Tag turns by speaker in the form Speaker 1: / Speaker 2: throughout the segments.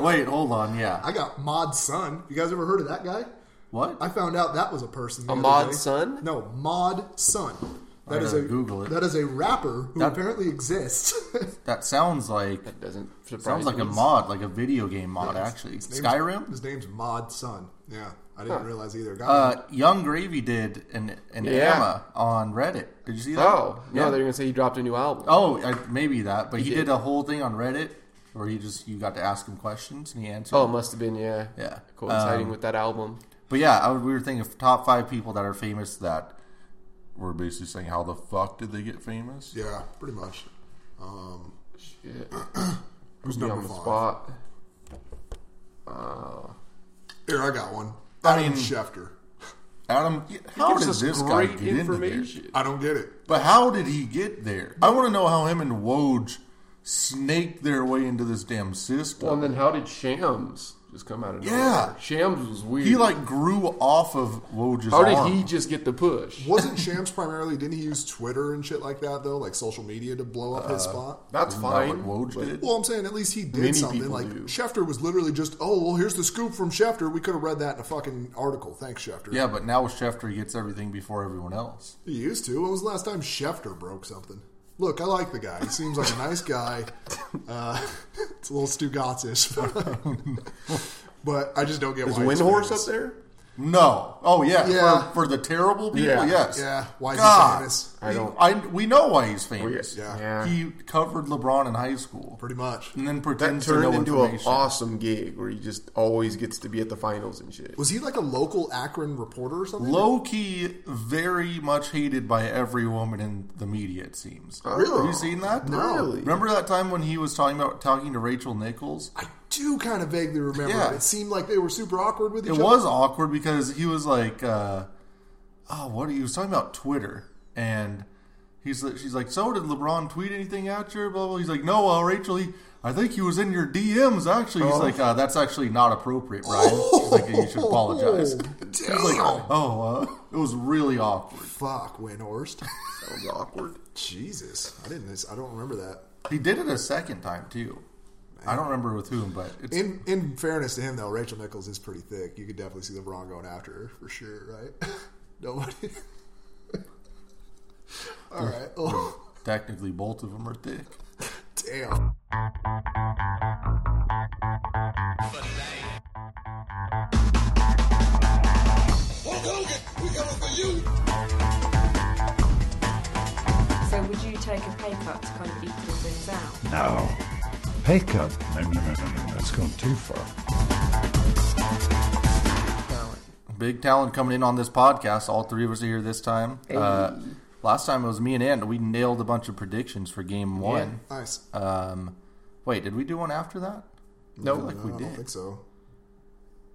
Speaker 1: wait, hold on. Yeah.
Speaker 2: I got Mod Sun. You guys ever heard of that guy?
Speaker 1: What?
Speaker 2: I found out that was a person. the
Speaker 3: A
Speaker 2: other
Speaker 3: Mod
Speaker 2: day.
Speaker 3: Sun?
Speaker 2: No, Mod Sun. That
Speaker 1: I
Speaker 2: is
Speaker 1: gotta
Speaker 2: a
Speaker 1: Google it.
Speaker 2: That is a rapper who
Speaker 1: That-
Speaker 2: apparently exists.
Speaker 1: that sounds like
Speaker 3: That doesn't surprise
Speaker 1: sounds like
Speaker 3: me.
Speaker 1: a mod, like a video game mod. Actually,
Speaker 2: His name's-
Speaker 1: Skyrim.
Speaker 2: His name's Mod Sun. Yeah, I didn't realize either. Got
Speaker 1: Uh, Young Gravy did an an
Speaker 3: Yeah.
Speaker 1: Emma on Reddit. Did you see that?
Speaker 3: Oh no,
Speaker 1: Yeah.
Speaker 3: they're gonna say he dropped a new album.
Speaker 1: Oh, I, maybe that. But he,
Speaker 3: did.
Speaker 1: did. a whole thing on Reddit where he just you got to ask him questions and he answered.
Speaker 3: Oh, it must have been yeah. Um,
Speaker 1: Yeah.
Speaker 3: coinciding with that album.
Speaker 1: But yeah, I, would- we were thinking of top five people that are famous that were basically saying how the fuck did they get famous?
Speaker 2: yeah, pretty much. Um,
Speaker 3: Shit.
Speaker 2: who's
Speaker 3: Be on
Speaker 2: number
Speaker 3: the
Speaker 2: five?
Speaker 3: spot.
Speaker 2: Here, I got one.
Speaker 1: I
Speaker 2: Adam
Speaker 1: mean-
Speaker 2: Schefter.
Speaker 1: Adam, how did
Speaker 3: Gives us
Speaker 1: this guy
Speaker 3: great
Speaker 1: get into there?
Speaker 2: I don't get it.
Speaker 1: But how did he get there? I want to know how him and Woj snaked their way into this damn system.
Speaker 3: Well, and then how did Shams just come out of nowhere?
Speaker 1: Yeah.
Speaker 3: Shams was weird.
Speaker 1: he like grew off of Woj's
Speaker 3: how did
Speaker 1: arm.
Speaker 3: he just get the push?
Speaker 2: Wasn't Shams primarily? Didn't he use Twitter and shit like that though, like social media to blow up
Speaker 1: Uh,
Speaker 2: his spot?
Speaker 3: That's
Speaker 1: Isn't that
Speaker 3: fine.
Speaker 1: what Woj
Speaker 3: but-
Speaker 1: did?
Speaker 2: Well, I'm saying at least he did
Speaker 3: Many
Speaker 2: something.
Speaker 3: people
Speaker 2: Like
Speaker 3: do.
Speaker 2: Schefter was literally just, oh, well, here's the scoop from Schefter. We could have read that in a fucking article. Thanks, Schefter.
Speaker 1: Yeah, but now Schefter gets everything before everyone else.
Speaker 2: He used to. When was the last time Schefter broke something? Look, I like the guy. He seems like a nice guy. Uh, it's a little
Speaker 1: Oh,
Speaker 2: Stugatz-ish. but I just don't get
Speaker 3: Is
Speaker 2: why he's
Speaker 3: Windhorse
Speaker 2: famous.
Speaker 3: up there?
Speaker 1: No. Oh yeah.
Speaker 2: Yeah.
Speaker 1: For, for the terrible people.
Speaker 3: Yeah.
Speaker 1: Yes.
Speaker 2: Yeah, why is
Speaker 1: God.
Speaker 2: he famous?
Speaker 3: I
Speaker 1: He-
Speaker 3: don't-
Speaker 1: I, we know why he's famous.
Speaker 2: Yeah.
Speaker 1: He covered LeBron in high school,
Speaker 2: Pretty much.
Speaker 1: and then
Speaker 3: that
Speaker 1: pretends to know
Speaker 3: turned into an
Speaker 1: information.
Speaker 3: awesome gig where he just always gets to be at the finals and shit.
Speaker 2: Was he like a local Akron reporter or something?
Speaker 1: Low key, very much hated by every woman in the media. It seems.
Speaker 3: Really?
Speaker 1: Have you seen that?
Speaker 2: No.
Speaker 3: Really?
Speaker 1: Remember that time when he was talking about talking to Rachel Nichols?
Speaker 2: I do kind of vaguely remember.
Speaker 1: Yeah.
Speaker 2: It seemed like they were super awkward with each
Speaker 1: It
Speaker 2: other.
Speaker 1: was awkward because he was like, uh, "Oh, what?" Are you? He was talking about Twitter, and he's like- she's like, "So did LeBron tweet anything at you?" Blah blah. He's like, "No, uh, Rachel, he, I think he was in your DMs." Actually, he's like, uh, "That's actually not appropriate, Ryan." He's like, "You should apologize." He's
Speaker 2: Damn.
Speaker 1: like, "Oh, uh, it was really awkward."
Speaker 2: Fuck, Windhorst.
Speaker 3: That was awkward.
Speaker 2: Jesus, I didn't. I don't remember that.
Speaker 1: He did it a second time too. I don't remember with whom, but it's,
Speaker 2: In in fairness to him though, Rachel Nichols is pretty thick. You could definitely see LeBron going after her for sure, right? Nobody. All right. Oh,
Speaker 1: technically both of them are thick.
Speaker 2: damn.
Speaker 4: Hulk Hogan, we coming for you.
Speaker 5: So would you take a pay cut to kind of equal things out?
Speaker 6: No. Pay cut? No, no, no, no, no. That's gone too far.
Speaker 1: Big talent coming in on this podcast. All three of us are here this time. Uh, last time it was me and Ant. We nailed a bunch of predictions for game one.
Speaker 2: Nice.
Speaker 1: Um, wait, did we do one after that? No, like
Speaker 2: I
Speaker 1: we
Speaker 2: don't
Speaker 1: did.
Speaker 2: think so.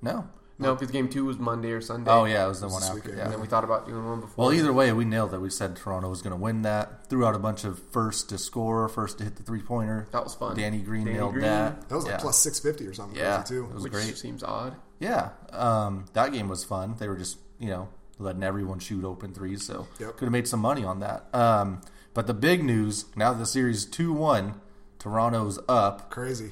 Speaker 1: No.
Speaker 3: No, because game two was Monday or Sunday.
Speaker 1: Oh yeah, it was the one after.
Speaker 2: weekend.
Speaker 1: Yeah.
Speaker 3: And then we thought about doing one before.
Speaker 1: Well, either way, we nailed it. We said Toronto was going to win that. Threw out a bunch of first to score, first to hit the three pointer.
Speaker 3: That was fun.
Speaker 1: Danny Green
Speaker 3: Danny
Speaker 1: nailed
Speaker 3: Green.
Speaker 1: that.
Speaker 2: That was like
Speaker 1: yeah.
Speaker 2: plus six fifty or something.
Speaker 1: Yeah.
Speaker 2: crazy,
Speaker 1: It
Speaker 2: too.
Speaker 1: was
Speaker 3: which
Speaker 1: great.
Speaker 3: seems odd.
Speaker 1: Yeah, um, that game was fun. They were just you know letting everyone shoot open threes, so
Speaker 2: Yep.
Speaker 1: could have made some money on that. Um, but the big news now that the series two one, Toronto's up.
Speaker 2: Crazy.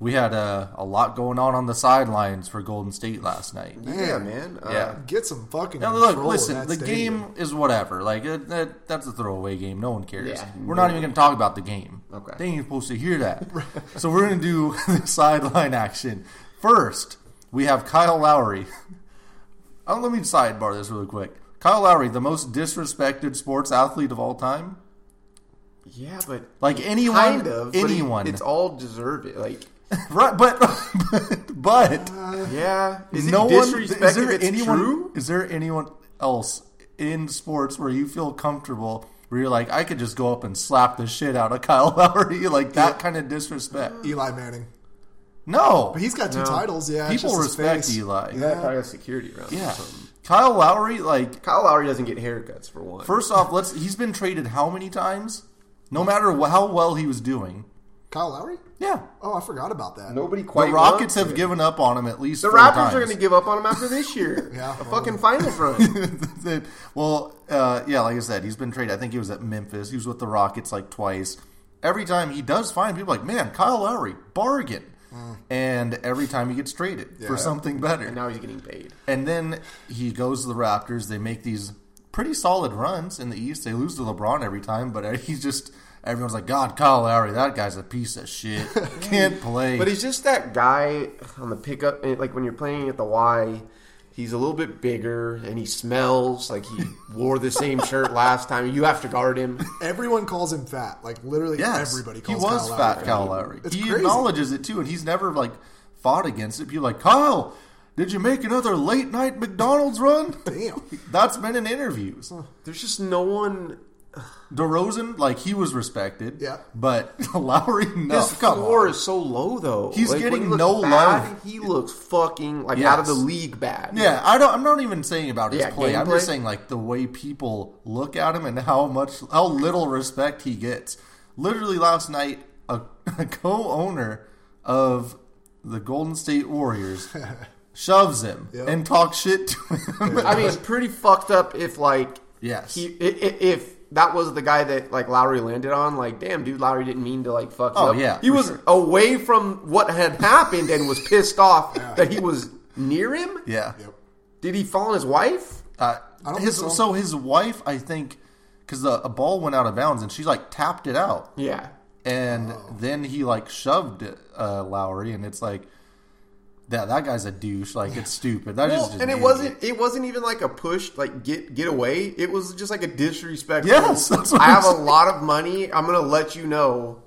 Speaker 1: We had a, a lot going on on the sidelines for Golden State last night.
Speaker 3: Yeah, man. Uh,
Speaker 1: Yeah.
Speaker 2: Get some fucking.
Speaker 1: Now, look,
Speaker 2: control of
Speaker 1: listen,
Speaker 2: that
Speaker 1: the
Speaker 2: stadium.
Speaker 1: game is whatever. Like it, that, that's a throwaway game. No one cares.
Speaker 3: Yeah.
Speaker 1: We're not even going to talk about the game.
Speaker 3: Okay.
Speaker 1: They ain't supposed to hear that. so we're going to do the sideline action first. We have Kyle Lowry. Oh, let me sidebar this really quick. Kyle Lowry, the most disrespected sports athlete of all time.
Speaker 3: Yeah, but
Speaker 1: Like anyone,
Speaker 3: kind of. but it-
Speaker 1: anyone.
Speaker 3: it's all deserved. Like,
Speaker 1: right, but but
Speaker 3: yeah. Is
Speaker 1: no
Speaker 3: it
Speaker 1: one.
Speaker 3: disrespect
Speaker 1: Is there
Speaker 3: if it's
Speaker 1: anyone?
Speaker 3: true?
Speaker 1: Is there anyone else in sports where you feel comfortable? Where you're like, I could just go up and slap the shit out of Kyle Lowry, like that kind of disrespect.
Speaker 2: Eli Manning.
Speaker 1: No,
Speaker 2: But he's got two
Speaker 3: No.
Speaker 2: titles. Yeah. it's
Speaker 1: people
Speaker 2: just his
Speaker 1: respect
Speaker 2: face.
Speaker 1: Eli.
Speaker 3: Yeah, probably has security around him or
Speaker 1: Yeah.
Speaker 3: something.
Speaker 1: Kyle Lowry, like,
Speaker 3: Kyle Lowry doesn't get haircuts for one.
Speaker 1: first off, let's. He's been traded how many times? No matter wh- how well he was doing.
Speaker 2: Kyle Lowry.
Speaker 1: Yeah,
Speaker 2: Oh, I forgot about that.
Speaker 3: nobody
Speaker 1: the
Speaker 3: quite.
Speaker 1: Rockets
Speaker 3: wants
Speaker 1: have
Speaker 3: it.
Speaker 1: given up on him at least.
Speaker 3: The
Speaker 1: four
Speaker 3: Raptors
Speaker 1: times.
Speaker 3: are going to give up on him after this year.
Speaker 2: Yeah,
Speaker 3: a
Speaker 2: probably.
Speaker 3: fucking finals run.
Speaker 1: The- well, uh, yeah, like I said, he's been traded. I think he was at Memphis. He was with the Rockets like twice. Every time he does fine, people are like, man, Kyle Lowry, bargain. and every time he gets traded for something better.
Speaker 3: Mm. And now he's getting paid.
Speaker 1: And then he goes to the Raptors. They make these pretty solid runs in the East. They lose to LeBron every time, but he's just everyone's like, God, Kyle Lowry, that guy's a piece of shit. Can't play.
Speaker 3: But he's just that guy on the pickup. and, Like when you're playing at the Y, he's a little bit bigger and he smells like he wore the same shirt last time. You have to guard him.
Speaker 2: Everyone calls him fat. Like literally
Speaker 1: yes,
Speaker 2: everybody calls
Speaker 1: he was
Speaker 2: Kyle Lowry
Speaker 1: fat, Kyle Lowry.
Speaker 2: It's
Speaker 1: he
Speaker 2: crazy.
Speaker 1: acknowledges it too, and he's never like fought against it. People are like Kyle. Did you make another late night McDonald's run?
Speaker 2: Damn.
Speaker 1: That's been in interviews.
Speaker 3: There's just no one.
Speaker 1: DeRozan, like he was respected,
Speaker 2: Yeah.
Speaker 1: But Lowry, no,
Speaker 3: His
Speaker 1: Oh, come
Speaker 3: floor
Speaker 1: on.
Speaker 3: is so low though.
Speaker 1: He's
Speaker 3: Like, when
Speaker 1: getting
Speaker 3: he looks
Speaker 1: no
Speaker 3: bad,
Speaker 1: love.
Speaker 3: He looks fucking like
Speaker 1: Yes.
Speaker 3: out of the league bad.
Speaker 1: Yeah, I don't. I'm not even saying about his
Speaker 3: Yeah,
Speaker 1: play. I'm
Speaker 3: gameplay.
Speaker 1: just saying like the way people look at him and how much, how little respect he gets. Literally last night, a, a co-owner of the Golden State Warriors shoves him
Speaker 2: Yep.
Speaker 1: and talks shit to him.
Speaker 3: I mean, it's pretty fucked up if like
Speaker 1: Yes.
Speaker 3: he i- i- if that was the guy that like Lowry landed on. Like, damn, dude, Lowry didn't mean to like fuck. you
Speaker 1: Oh,
Speaker 3: up.
Speaker 1: yeah,
Speaker 3: he
Speaker 1: for
Speaker 3: was
Speaker 1: sure.
Speaker 3: away from what had happened and was pissed off that he was near him.
Speaker 1: yeah.
Speaker 2: Yep.
Speaker 3: Did he fall on his wife?
Speaker 1: Uh,
Speaker 2: I don't
Speaker 1: his,
Speaker 2: think
Speaker 1: so.
Speaker 2: so.
Speaker 1: his wife, I think, because the a ball went out of bounds and she like tapped it out.
Speaker 3: Yeah.
Speaker 1: and then he like shoved uh, Lowry, and it's like that that guy's a douche. Like it's stupid. That is
Speaker 3: Well,
Speaker 1: just
Speaker 3: and
Speaker 1: an
Speaker 3: it
Speaker 1: idiot.
Speaker 3: wasn't. It wasn't even like a push, like get get away. It was just like a disrespectful.
Speaker 1: Yes, that's what
Speaker 3: I
Speaker 1: I'm
Speaker 3: have a
Speaker 1: saying.
Speaker 3: lot of money. I'm gonna let you know.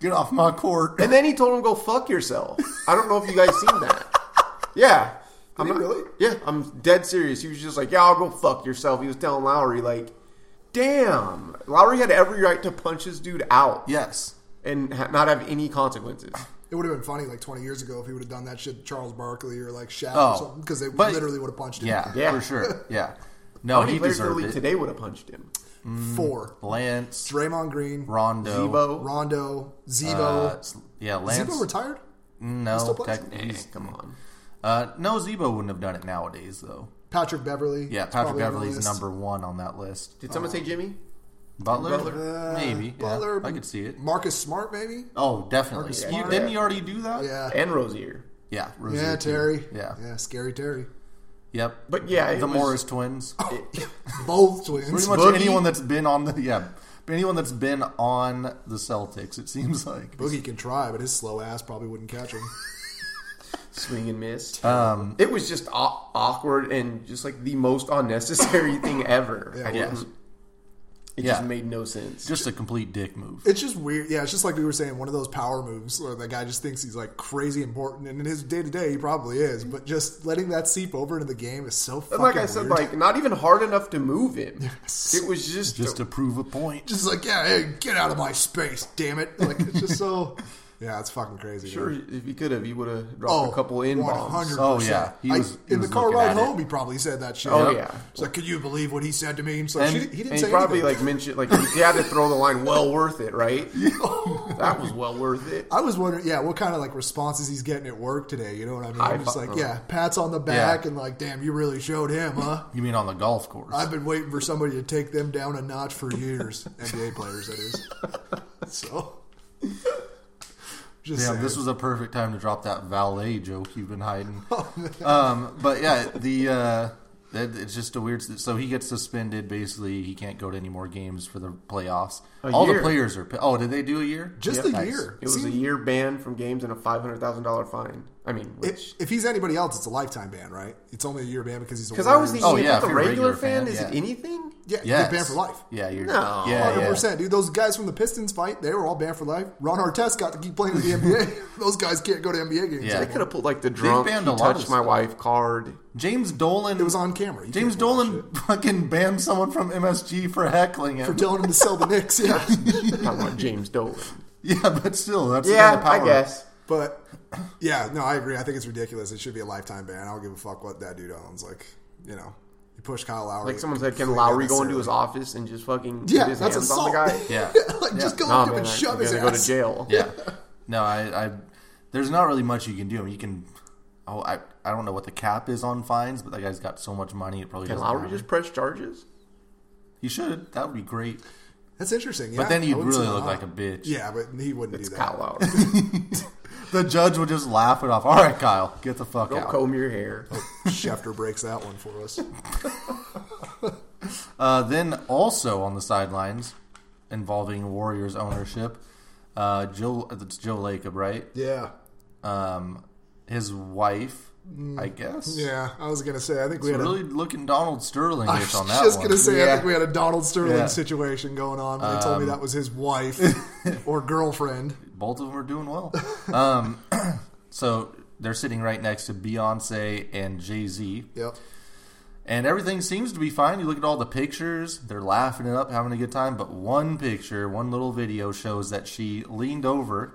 Speaker 1: Get off my court.
Speaker 3: And then he told him go fuck yourself. I don't know if you guys seen that. Yeah. I'm
Speaker 2: he
Speaker 3: not-
Speaker 2: really?
Speaker 3: Yeah, I'm dead serious. He was just like, "Yeah, I'll go fuck yourself." He was telling Lowry like, "Damn, Lowry had every right to punch his dude out
Speaker 1: yes,
Speaker 3: and ha- not have any consequences."
Speaker 2: It would have been funny like 20 years ago if he would have done that shit to Charles Barkley or like Shaq or
Speaker 1: Oh,
Speaker 2: something because they
Speaker 1: but-
Speaker 2: literally would have punched him.
Speaker 1: yeah,
Speaker 3: Yeah.
Speaker 1: for sure. Yeah, no, Oh, he
Speaker 3: Players in the
Speaker 1: deserved
Speaker 3: league
Speaker 1: it.
Speaker 3: today would have punched him.
Speaker 2: Four.
Speaker 1: Lance
Speaker 2: Draymond Green,
Speaker 1: Rondo,
Speaker 3: Debo.
Speaker 2: Rondo,
Speaker 1: uh,
Speaker 2: Zebo.
Speaker 1: s- yeah, Lance.
Speaker 2: Zebo retired?
Speaker 1: no,
Speaker 2: plays?
Speaker 1: tech,
Speaker 3: Eh,
Speaker 1: he's-
Speaker 3: come on.
Speaker 1: uh, no, Zebo wouldn't have done it nowadays though.
Speaker 2: Patrick Beverly.
Speaker 1: Yeah, Patrick
Speaker 2: is probably on the
Speaker 1: Beverly's
Speaker 2: list.
Speaker 1: number one on that list.
Speaker 3: Did someone say Jimmy?
Speaker 1: Butler,
Speaker 2: Uh,
Speaker 1: maybe. Yeah,
Speaker 2: Butler.
Speaker 1: I could see it.
Speaker 2: Marcus Smart, maybe?
Speaker 1: Oh, definitely.
Speaker 2: Marcus
Speaker 1: You,
Speaker 2: Smart.
Speaker 1: didn't he already do that?
Speaker 2: Yeah.
Speaker 3: And Rozier.
Speaker 1: yeah. Rozier
Speaker 2: Yeah,
Speaker 1: too.
Speaker 2: Terry.
Speaker 1: Yeah.
Speaker 2: Yeah, scary Terry.
Speaker 1: Yep.
Speaker 3: But yeah, it
Speaker 1: the
Speaker 3: was-
Speaker 1: Morris twins.
Speaker 2: Both twins.
Speaker 1: Pretty much
Speaker 3: Boogie.
Speaker 1: anyone that's been on the yeah, anyone that's been on the Celtics, it seems like.
Speaker 2: Boogie can try, but his slow ass probably wouldn't catch him.
Speaker 3: swing and miss. it was just aw- awkward and just like the most unnecessary thing ever.
Speaker 2: Yeah,
Speaker 3: I
Speaker 2: it
Speaker 1: was.
Speaker 3: didn't- It
Speaker 1: Yeah.
Speaker 3: just made no sense.
Speaker 1: Just a complete dick move.
Speaker 2: It's just weird. Yeah, it's just like we were saying, one of those power moves where the guy just thinks he's like crazy important, and in his day to day, he probably is. But just letting that seep over into the game is so fucking
Speaker 3: and like I said,
Speaker 2: weird.
Speaker 3: like not even hard enough to move him. It was just,
Speaker 1: Just to prove a point.
Speaker 2: just like yeah, hey, get out of my space, damn it! Like it's just so. Yeah, it's fucking crazy.
Speaker 3: sure
Speaker 2: dude. Oh,
Speaker 3: if he could have, he would have dropped a couple in bombs.
Speaker 2: 100%.
Speaker 1: Oh, yeah. He
Speaker 2: I-
Speaker 1: was- he
Speaker 2: in
Speaker 1: was
Speaker 2: the car
Speaker 1: looking
Speaker 2: ride
Speaker 1: at it.
Speaker 2: home, he probably said that shit.
Speaker 3: Oh, yeah.
Speaker 2: It's like, could you believe what he said to me? It's like,
Speaker 1: And-
Speaker 2: she- he
Speaker 3: And
Speaker 2: didn't
Speaker 3: he
Speaker 2: say
Speaker 3: probably
Speaker 2: anything.
Speaker 3: like mentioned like he had to throw the line well worth it, right?
Speaker 2: Oh,
Speaker 3: that was well worth it.
Speaker 2: I was wondering, yeah, what kind of like responses he's getting at work today? You know what I mean?
Speaker 3: I
Speaker 2: just
Speaker 3: fu-
Speaker 2: like, yeah, pats on the back,
Speaker 1: uh, Yeah.
Speaker 2: and like, damn, you really showed him, huh?
Speaker 1: You mean on the golf course?
Speaker 2: I've been waiting for somebody to take them down a notch for years. NBA players, that is. So, just
Speaker 1: Damn,
Speaker 2: saying.
Speaker 1: this was a perfect time to drop that valet joke you've been hiding.
Speaker 3: Oh,
Speaker 1: um, but yeah, the uh, it, it's just a weird. So he gets suspended. Basically, he can't go to any more games for the playoffs.
Speaker 3: A
Speaker 1: All
Speaker 3: year.
Speaker 1: the players are. pi- Oh, did they do a year?
Speaker 2: just
Speaker 1: Yep.
Speaker 2: a
Speaker 1: Nice.
Speaker 2: year.
Speaker 3: It was a
Speaker 2: See,
Speaker 3: year ban from games and a five hundred thousand dollar fine. I mean, which
Speaker 2: If, if he's anybody else, it's a lifetime ban, right? It's only a year ban because he's a
Speaker 3: because I was
Speaker 2: Warriors.
Speaker 3: thinking,
Speaker 1: Oh,
Speaker 3: if
Speaker 1: yeah,
Speaker 3: it's
Speaker 1: if
Speaker 3: a
Speaker 1: you're a
Speaker 3: regular,
Speaker 1: regular
Speaker 3: fan,
Speaker 1: fan,
Speaker 3: is it
Speaker 1: yeah.
Speaker 3: anything?
Speaker 2: yeah,
Speaker 1: Yes.
Speaker 2: you're banned for life.
Speaker 1: Yeah, you're.
Speaker 3: No.
Speaker 1: yeah,
Speaker 2: Hundred
Speaker 1: yeah.
Speaker 2: percent, dude. Those guys from the Pistons fight; they were all banned for life. Ron Artest got to keep playing in the NBA. Those guys can't go to NBA games.
Speaker 1: Yeah.
Speaker 3: They
Speaker 2: anymore.
Speaker 3: could have pulled like the drunk
Speaker 1: banned
Speaker 3: he
Speaker 1: a lot of
Speaker 3: touched
Speaker 1: stuff.
Speaker 3: my wife card.
Speaker 1: James Dolan.
Speaker 2: It was on camera. You
Speaker 1: James
Speaker 2: can't do that
Speaker 1: Dolan fucking banned someone from MSG for heckling him.
Speaker 2: shit. for telling him to sell the Knicks. Yeah,
Speaker 3: Talking about James Dolan.
Speaker 1: yeah, but still, that's
Speaker 3: Yeah,
Speaker 1: another power.
Speaker 3: I guess.
Speaker 2: but yeah, no, I agree. I think it's ridiculous. It should be a lifetime ban. I don't give a fuck what that dude owns. Like, you know, you push Kyle Lowry.
Speaker 3: Like someone said, can
Speaker 2: completely
Speaker 3: Lowry go into
Speaker 2: unnecessarily.
Speaker 3: his office and just fucking
Speaker 2: Yeah,
Speaker 3: put his
Speaker 2: that's
Speaker 3: hands on the
Speaker 2: assault.
Speaker 3: guy?
Speaker 1: Yeah,
Speaker 2: like,
Speaker 1: Yeah.
Speaker 2: just go
Speaker 3: Nah,
Speaker 2: up to him
Speaker 3: man,
Speaker 2: and
Speaker 3: I'm
Speaker 2: shove
Speaker 3: gonna
Speaker 2: his
Speaker 3: go to
Speaker 2: ass.
Speaker 3: jail.
Speaker 1: yeah. No, I, I. There's not really much you can do. I mean, you can. Oh, I, I don't know what the cap is on fines, but that guy's got so much money it probably
Speaker 3: Can
Speaker 1: doesn't
Speaker 3: Lowry
Speaker 1: matter.
Speaker 3: just press charges?
Speaker 1: He should. That would be great.
Speaker 2: That's interesting. Yeah,
Speaker 1: But then
Speaker 2: I
Speaker 1: he'd
Speaker 2: wouldn't
Speaker 1: really
Speaker 2: say
Speaker 1: look
Speaker 2: that.
Speaker 1: like a bitch.
Speaker 2: Yeah, but he wouldn't
Speaker 3: It's
Speaker 2: do that.
Speaker 3: Kyle Lowry.
Speaker 1: the judge would just laugh it off. All right, Kyle, get the fuck
Speaker 3: Don't
Speaker 1: out.
Speaker 3: comb your hair.
Speaker 2: Schefter breaks that one for us.
Speaker 1: Uh, then also on the sidelines, involving Warriors ownership, uh, Joe it's Joe Lacob, right?
Speaker 2: Yeah.
Speaker 1: Um, his wife,
Speaker 3: Mm.
Speaker 1: I guess.
Speaker 2: Yeah. I was going to say, I think we
Speaker 1: It's
Speaker 2: had
Speaker 1: really looking Donald Sterling
Speaker 2: a. I was
Speaker 1: ish on that
Speaker 2: just
Speaker 1: one.
Speaker 2: going to say, I
Speaker 3: Yeah.
Speaker 2: think we had a Donald Sterling
Speaker 1: Yeah.
Speaker 2: situation going on. They told me
Speaker 3: Um,
Speaker 2: that was his wife or girlfriend.
Speaker 1: Both of them are doing well. Um, so they're sitting right next to Beyonce and Jay Z.
Speaker 2: Yep.
Speaker 1: And everything seems to be fine. You look at all the pictures, they're laughing it up, having a good time. But one picture, one little video shows that she leaned over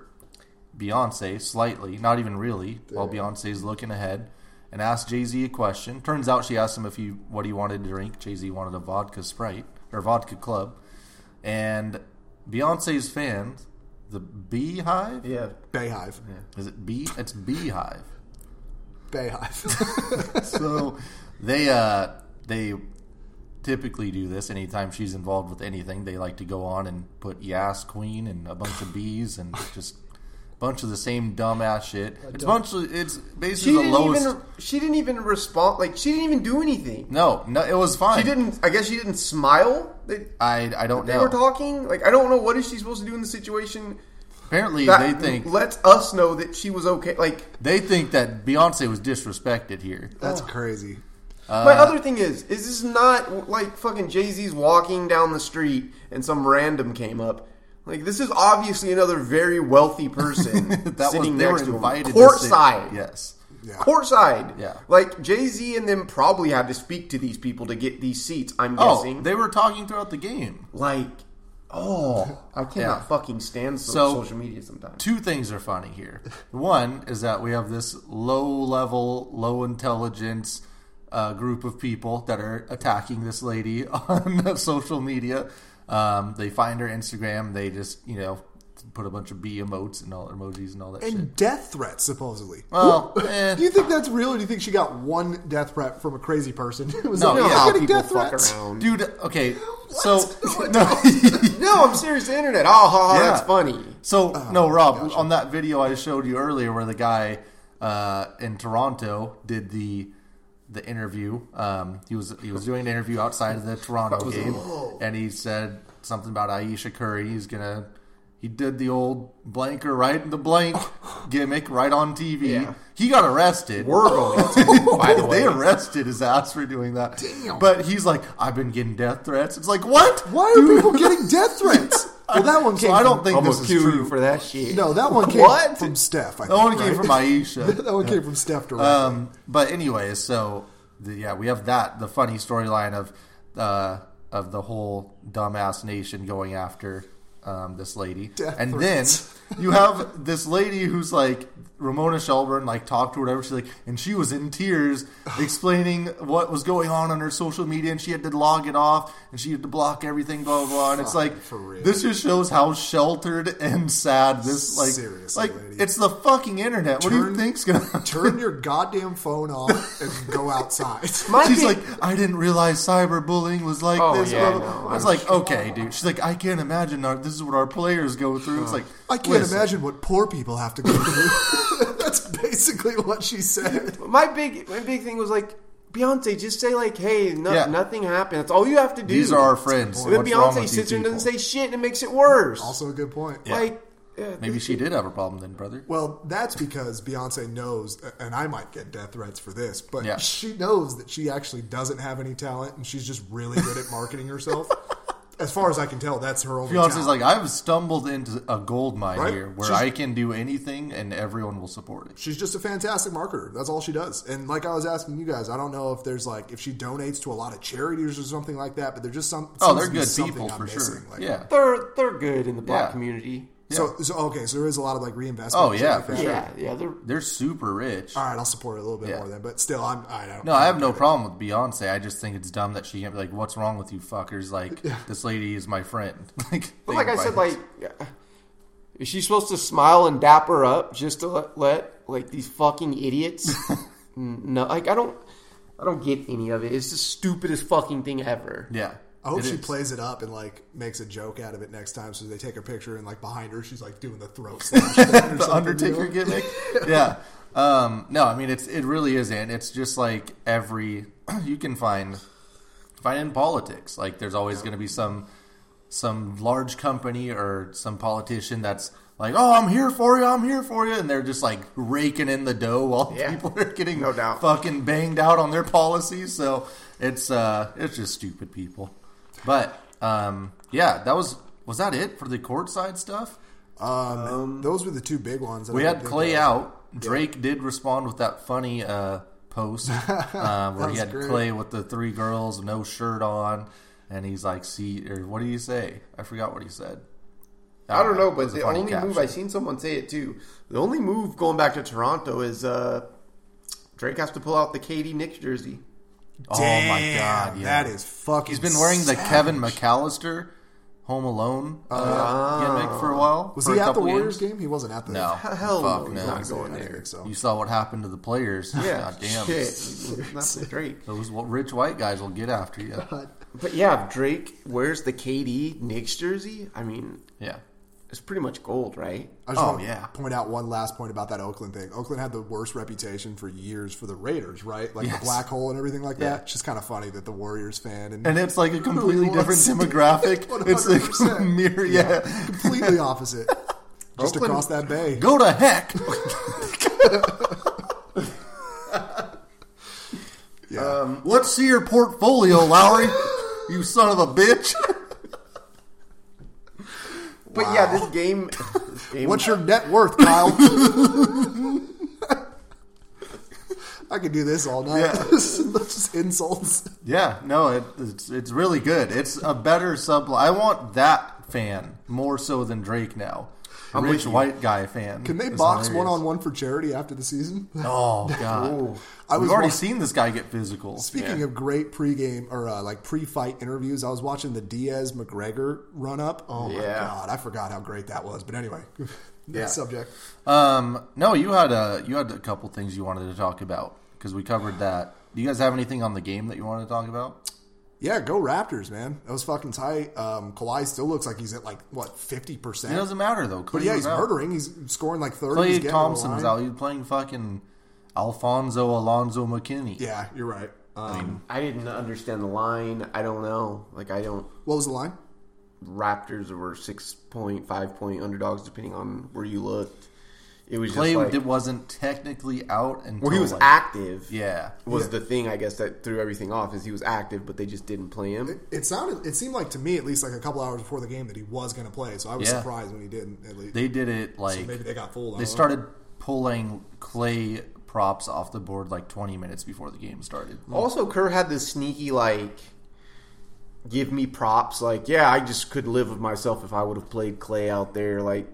Speaker 1: Beyonce slightly, not even really, while Beyonce's looking ahead, and asked Jay Z a question. Turns out she asked him if he what he wanted to drink. Jay Z wanted a vodka sprite or vodka club. And Beyonce's fans, the Beehive?
Speaker 3: Yeah.
Speaker 2: Bayhive.
Speaker 1: Is it Bee? It's Beehive.
Speaker 2: Bayhive.
Speaker 1: so they uh they typically do this anytime she's involved with anything they like to go on and put yas queen and a bunch of bees and just a bunch of the same dumbass shit it's bunch of, it's
Speaker 3: She
Speaker 1: basically the
Speaker 3: didn't
Speaker 1: lowest
Speaker 3: even. She didn't even respond. Like she didn't even do anything.
Speaker 1: no no it was fine
Speaker 3: She didn't. I guess she didn't smile. They,
Speaker 1: i i don't
Speaker 3: they
Speaker 1: know
Speaker 3: were talking. Like I don't know what is she supposed to do in the situation.
Speaker 1: apparently
Speaker 3: That
Speaker 1: they think
Speaker 3: lets us know that she was okay. Like
Speaker 1: they think that beyonce was disrespected here
Speaker 2: That's crazy.
Speaker 3: my
Speaker 1: Uh,
Speaker 3: other thing is, is this not like fucking Jay Z's walking down the street and some random came up? Like this is obviously another very wealthy person
Speaker 1: that
Speaker 3: sitting
Speaker 1: was they
Speaker 3: next
Speaker 1: were
Speaker 3: to him,
Speaker 1: invited to sit-
Speaker 3: courtside.
Speaker 1: yes
Speaker 2: Yeah.
Speaker 3: courtside.
Speaker 1: Yeah.
Speaker 3: Like Jay Z and them probably had to speak to these people to get these seats. I'm
Speaker 1: oh
Speaker 3: guessing.
Speaker 1: they were talking throughout the game
Speaker 3: like, oh, I cannot
Speaker 1: Yeah.
Speaker 3: fucking stand so,
Speaker 1: So-
Speaker 3: social media sometimes.
Speaker 1: two things are funny here. One is that we have this low level, low intelligence uh, group of people that are attacking this lady on social media. Um, they find her Instagram. They just you know put a bunch of B emotes and all emojis and all that shit.
Speaker 2: And death threats, supposedly.
Speaker 1: Well, eh,
Speaker 2: Do you think that's real, or do you think she got one death threat from a crazy person? It was
Speaker 1: No,
Speaker 2: like,
Speaker 1: you know
Speaker 2: "I'm
Speaker 1: how
Speaker 2: getting
Speaker 3: people
Speaker 2: death
Speaker 3: fuck
Speaker 2: threats."
Speaker 3: around.
Speaker 1: dude. Okay, so
Speaker 3: No, I'm serious. The internet. Oh, ha, ha,
Speaker 1: Yeah.
Speaker 3: that's funny. Uh-huh.
Speaker 1: So no, Rob, on that video I showed you earlier, where the guy uh, in Toronto did the the interview, um, he was he was doing an interview outside of the Toronto game, and he said something about Aisha Curry. He's gonna he did the old blanker right in the blank gimmick right on TV.
Speaker 3: Yeah.
Speaker 1: He got arrested.
Speaker 3: We're going to, by the way.
Speaker 1: They arrested his ass for doing that. But he's like, I've been getting death threats. It's like, what?
Speaker 2: Why are people getting death threats? Well, that one.
Speaker 1: So
Speaker 2: came
Speaker 1: I
Speaker 2: from-
Speaker 1: don't think this is true.
Speaker 3: for that shit.
Speaker 2: No, that one came
Speaker 3: What?
Speaker 2: from Steph. I
Speaker 1: That one
Speaker 2: think,
Speaker 1: came
Speaker 2: right?
Speaker 1: from Aisha.
Speaker 2: that one came from Steph directly.
Speaker 1: Um, but anyways, so the, yeah, we have that the funny storyline of uh, of the whole dumbass nation going after um, this lady,
Speaker 2: Death
Speaker 1: and
Speaker 2: threats.
Speaker 1: then you have this lady who's like Ramona Shelburne, like talked to her, whatever. She's like, and she was in tears explaining what was going on on her social media, and she had to log it off, and she had to block everything, blah blah. blah. And it's like
Speaker 2: for real.
Speaker 1: this just shows how sheltered and sad this like
Speaker 2: Seriously,
Speaker 1: like
Speaker 2: lady.
Speaker 1: it's the fucking internet. what do
Speaker 2: Turn-
Speaker 1: you think's gonna
Speaker 2: Turn your goddamn phone off and go outside.
Speaker 3: My
Speaker 1: She's
Speaker 3: thing-
Speaker 1: like, I didn't realize cyberbullying was like
Speaker 3: Oh,
Speaker 1: this.
Speaker 3: yeah,
Speaker 1: blah, blah.
Speaker 3: no,
Speaker 1: I was
Speaker 3: I'm
Speaker 1: like, okay, dude. She's like, I can't imagine. Our, this is what our players go through. It's like,
Speaker 2: I can't
Speaker 1: listen,
Speaker 2: imagine what poor people have to go through. That's basically what she said.
Speaker 3: my big, my big thing was like Beyonce. Just say like, hey, no,
Speaker 1: Yeah.
Speaker 3: nothing happened. That's all you have to do.
Speaker 1: These are our friends.
Speaker 3: And then
Speaker 1: What's wrong
Speaker 3: Beyonce
Speaker 1: with
Speaker 3: sits
Speaker 1: you
Speaker 3: there and doesn't
Speaker 1: people?
Speaker 3: say shit, and it makes it worse.
Speaker 2: Also, a good point.
Speaker 3: like, uh,
Speaker 1: Maybe she did have a problem then, brother.
Speaker 2: Well, that's because Beyonce knows, and I might get death threats for this, but
Speaker 1: Yeah.
Speaker 2: she knows that she actually doesn't have any talent, and she's just really good at marketing herself. as far as I can tell, that's her only.
Speaker 1: Beyonce's
Speaker 2: talent.
Speaker 1: like, I've stumbled into a gold mine
Speaker 2: Right?
Speaker 1: here where
Speaker 2: She's-
Speaker 1: I can do anything and everyone will support it.
Speaker 2: she's just a fantastic marketer. That's all she does. And like I was asking you guys, I don't know if there's like if she donates to a lot of charities or something like that, but there's just some.
Speaker 1: Oh, they're
Speaker 2: seems to be
Speaker 1: good
Speaker 2: something
Speaker 1: people
Speaker 2: I'm
Speaker 1: for sure.
Speaker 2: missing. Like,
Speaker 1: yeah.
Speaker 3: they're they're good in the black
Speaker 1: Yeah.
Speaker 3: community.
Speaker 2: So, so okay, so there is a lot of like reinvestment.
Speaker 1: Oh,
Speaker 2: and shit
Speaker 1: yeah,
Speaker 2: like
Speaker 1: for
Speaker 2: that.
Speaker 1: sure.
Speaker 3: Yeah, yeah, they're
Speaker 1: They're super rich.
Speaker 2: All right, I'll support it a little bit
Speaker 1: Yeah.
Speaker 2: more then, but still, I'm. I don't.
Speaker 1: No, I have no problem with Beyonce. I just think it's dumb that she can't be like, what's wrong with you fuckers? Like, this lady is my friend. like,
Speaker 3: But
Speaker 1: they
Speaker 3: like I said,
Speaker 1: invited us.
Speaker 3: like yeah. is she supposed to smile and dap her up just to let, let like these fucking idiots? N- no, like I don't, I don't get any of it. It's the stupidest fucking thing ever.
Speaker 1: Yeah.
Speaker 2: I hope
Speaker 1: It
Speaker 2: she
Speaker 1: is.
Speaker 2: plays it up and like makes a joke out of it next time. So they take a picture and like behind her, she's like doing the throat slash. thing or something,
Speaker 1: the
Speaker 2: you
Speaker 1: Undertaker
Speaker 2: know?
Speaker 1: gimmick. yeah. Um, no, I mean it's it really isn't. It's just like every you can find find in politics. Like there's always going to be some some large company or some politician that's like, "Oh, I'm here for you. I'm here for you," and they're just like raking in the dough while
Speaker 3: Yeah.
Speaker 1: people are getting
Speaker 3: No doubt.
Speaker 1: fucking banged out on their policies. So it's uh, it's just stupid people. But um, yeah, that was was that it for the courtside stuff.
Speaker 2: Um, those were the two big ones. that
Speaker 1: We
Speaker 2: I
Speaker 1: had
Speaker 2: could think
Speaker 1: Clay
Speaker 2: of.
Speaker 1: out. Drake did respond with that funny uh, post uh, where he
Speaker 2: was
Speaker 1: had
Speaker 2: great.
Speaker 1: Clay with the three girls, no shirt on, and he's like, "See, or what do you say?" I forgot what he said. Uh,
Speaker 3: I don't know,
Speaker 1: It was
Speaker 3: but
Speaker 1: a
Speaker 3: the
Speaker 1: funny
Speaker 3: only move
Speaker 1: caption.
Speaker 3: I seen someone say it too. The only move going back to Toronto is uh, Drake has to pull out the KD Knicks jersey.
Speaker 1: oh my god,
Speaker 2: Damn,
Speaker 1: yeah.
Speaker 2: that is fucking.
Speaker 1: He's been wearing the
Speaker 2: savage.
Speaker 1: Kevin McAllister Home Alone uh, gimmick for a while.
Speaker 2: Was
Speaker 1: for
Speaker 2: he
Speaker 1: a
Speaker 2: at the
Speaker 1: couple
Speaker 2: Warriors
Speaker 1: years.
Speaker 2: game? He wasn't at the.
Speaker 1: No,
Speaker 3: Hell
Speaker 1: fuck
Speaker 3: no,
Speaker 1: no.
Speaker 3: he's not going
Speaker 2: I didn't
Speaker 3: there.
Speaker 2: think so.
Speaker 1: You saw what happened to the players.
Speaker 3: Yeah,
Speaker 1: God damn.
Speaker 3: shit, that's Drake.
Speaker 1: Those wa- rich white guys will get after you.
Speaker 3: But yeah, if Drake wears the KD Knicks jersey. I mean,
Speaker 1: Yeah.
Speaker 3: it's pretty much gold, right?
Speaker 2: I just
Speaker 1: Oh,
Speaker 2: want
Speaker 1: yeah.
Speaker 2: to point out one last point about that Oakland thing. Oakland had the worst reputation for years for the Raiders, right? Like
Speaker 1: Yes.
Speaker 2: the black hole and everything like that. It's just kind of funny that the Warriors fan and,
Speaker 1: and it's like a completely
Speaker 2: Who
Speaker 1: different
Speaker 2: wants to-
Speaker 1: demographic. It's like
Speaker 2: 100%.
Speaker 1: mirror, yeah.
Speaker 2: completely opposite. just
Speaker 3: Oakland-
Speaker 2: across that bay.
Speaker 1: Go to heck.
Speaker 2: Yeah.
Speaker 1: Let's see Um, your portfolio, Lowry. you son of a bitch.
Speaker 3: But yeah, this game. This game
Speaker 2: What's your net worth, Kyle? I could do this all night.
Speaker 1: Yeah.
Speaker 2: just insults.
Speaker 1: Yeah, no, it, it's it's really good. It's a better sub. I want that fan more so than Drake now. A rich white guy fan.
Speaker 2: Can they
Speaker 1: It's
Speaker 2: box
Speaker 1: hilarious.
Speaker 2: one on one for charity after the season?
Speaker 1: Oh god.
Speaker 2: I
Speaker 1: We've
Speaker 2: was
Speaker 1: already
Speaker 2: wa-
Speaker 1: seen this guy get physical.
Speaker 2: Speaking of great pregame or uh, like pre-fight interviews, I was watching the Diaz McGregor run up. Oh my
Speaker 3: Yeah.
Speaker 2: god, I forgot how great that was. But anyway, next subject.
Speaker 1: Um, no, you had a you had a couple things you wanted to talk about because we covered that. Do you guys have anything on the game that you wanted to talk about?
Speaker 2: Yeah, go Raptors, man. That was fucking tight. Um, Kawhi still looks like he's at like what fifty
Speaker 1: It
Speaker 2: percent.
Speaker 1: doesn't matter though. Clay
Speaker 2: But yeah,
Speaker 1: was
Speaker 2: he's
Speaker 1: out.
Speaker 2: murdering. He's scoring like thirty. he's
Speaker 1: Clay
Speaker 2: getting to the
Speaker 1: Thompson was
Speaker 2: line.
Speaker 1: out. He was playing fucking Alfonso Alonso McKinney.
Speaker 2: Yeah, you're right.
Speaker 1: Uh,
Speaker 2: Um,
Speaker 3: I didn't understand the line. I don't know. Like I don't.
Speaker 2: what was the line?
Speaker 3: Raptors were six point, five point underdogs, depending on where you looked. It was
Speaker 1: Clay
Speaker 3: just like,
Speaker 1: did- wasn't technically out until
Speaker 3: well, he was
Speaker 1: like-
Speaker 3: active.
Speaker 1: Yeah,
Speaker 3: was the thing I guess that threw everything off is he was active, but they just didn't play him.
Speaker 2: It sounded. It seemed like to me, at least, like a couple hours before the game, that he was going to play. So I was
Speaker 1: Yeah.
Speaker 2: surprised when he didn't. At least
Speaker 1: they did it like
Speaker 2: maybe they got fooled. I
Speaker 1: they
Speaker 2: don't know.
Speaker 1: started pulling Clay props off the board like 20 minutes before the game started.
Speaker 3: Also, Kerr had this sneaky like, give me props. Like, yeah, I just could live with myself if I would have played Clay out there. Like,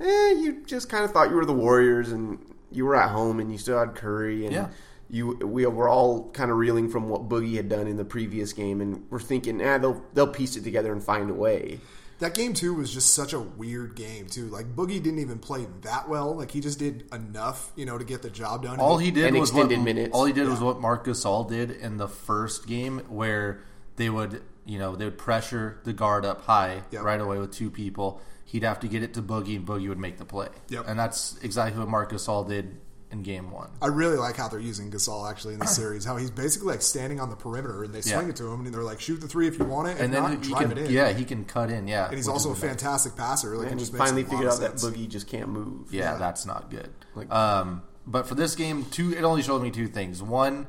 Speaker 3: eh, you just kind of thought you were the Warriors and you were at home and you still had Curry and.
Speaker 1: Yeah.
Speaker 3: You, we were all kind of reeling from what Boogie had done in the previous game, and we're thinking, ah, they'll they'll piece it together and find a way.
Speaker 2: That game too was just such a weird game too. Like Boogie didn't even play that well. Like he just did enough, you know, to get the job done.
Speaker 1: All he did
Speaker 3: And
Speaker 1: was what,
Speaker 3: extended minutes.
Speaker 1: All he did was what Marc Gasol did in the first game, where they would, you know, they would pressure the guard up high
Speaker 2: Yep.
Speaker 1: right away with two people. He'd have to get it to Boogie, and Boogie would make the play.
Speaker 2: Yep.
Speaker 1: And that's exactly what Marc Gasol did in game one.
Speaker 2: I really like how they're using Gasol actually in this series. How he's basically like standing on the perimeter and they swing
Speaker 1: Yeah.
Speaker 2: it to him and they're like, shoot the three if you want it, and,
Speaker 1: And then
Speaker 2: not
Speaker 1: he
Speaker 2: drive
Speaker 1: can,
Speaker 2: it in.
Speaker 1: yeah, he can cut in, yeah.
Speaker 2: and he's
Speaker 1: which
Speaker 2: also a
Speaker 1: is the best.
Speaker 2: fantastic passer. Like
Speaker 3: And
Speaker 2: it
Speaker 3: we
Speaker 2: just makes
Speaker 3: finally
Speaker 2: a lot
Speaker 3: figured
Speaker 2: of
Speaker 3: out that
Speaker 2: sense.
Speaker 3: Boogie just can't move.
Speaker 1: Yeah, that's not good. um, but for this game, two it only showed me two things. One,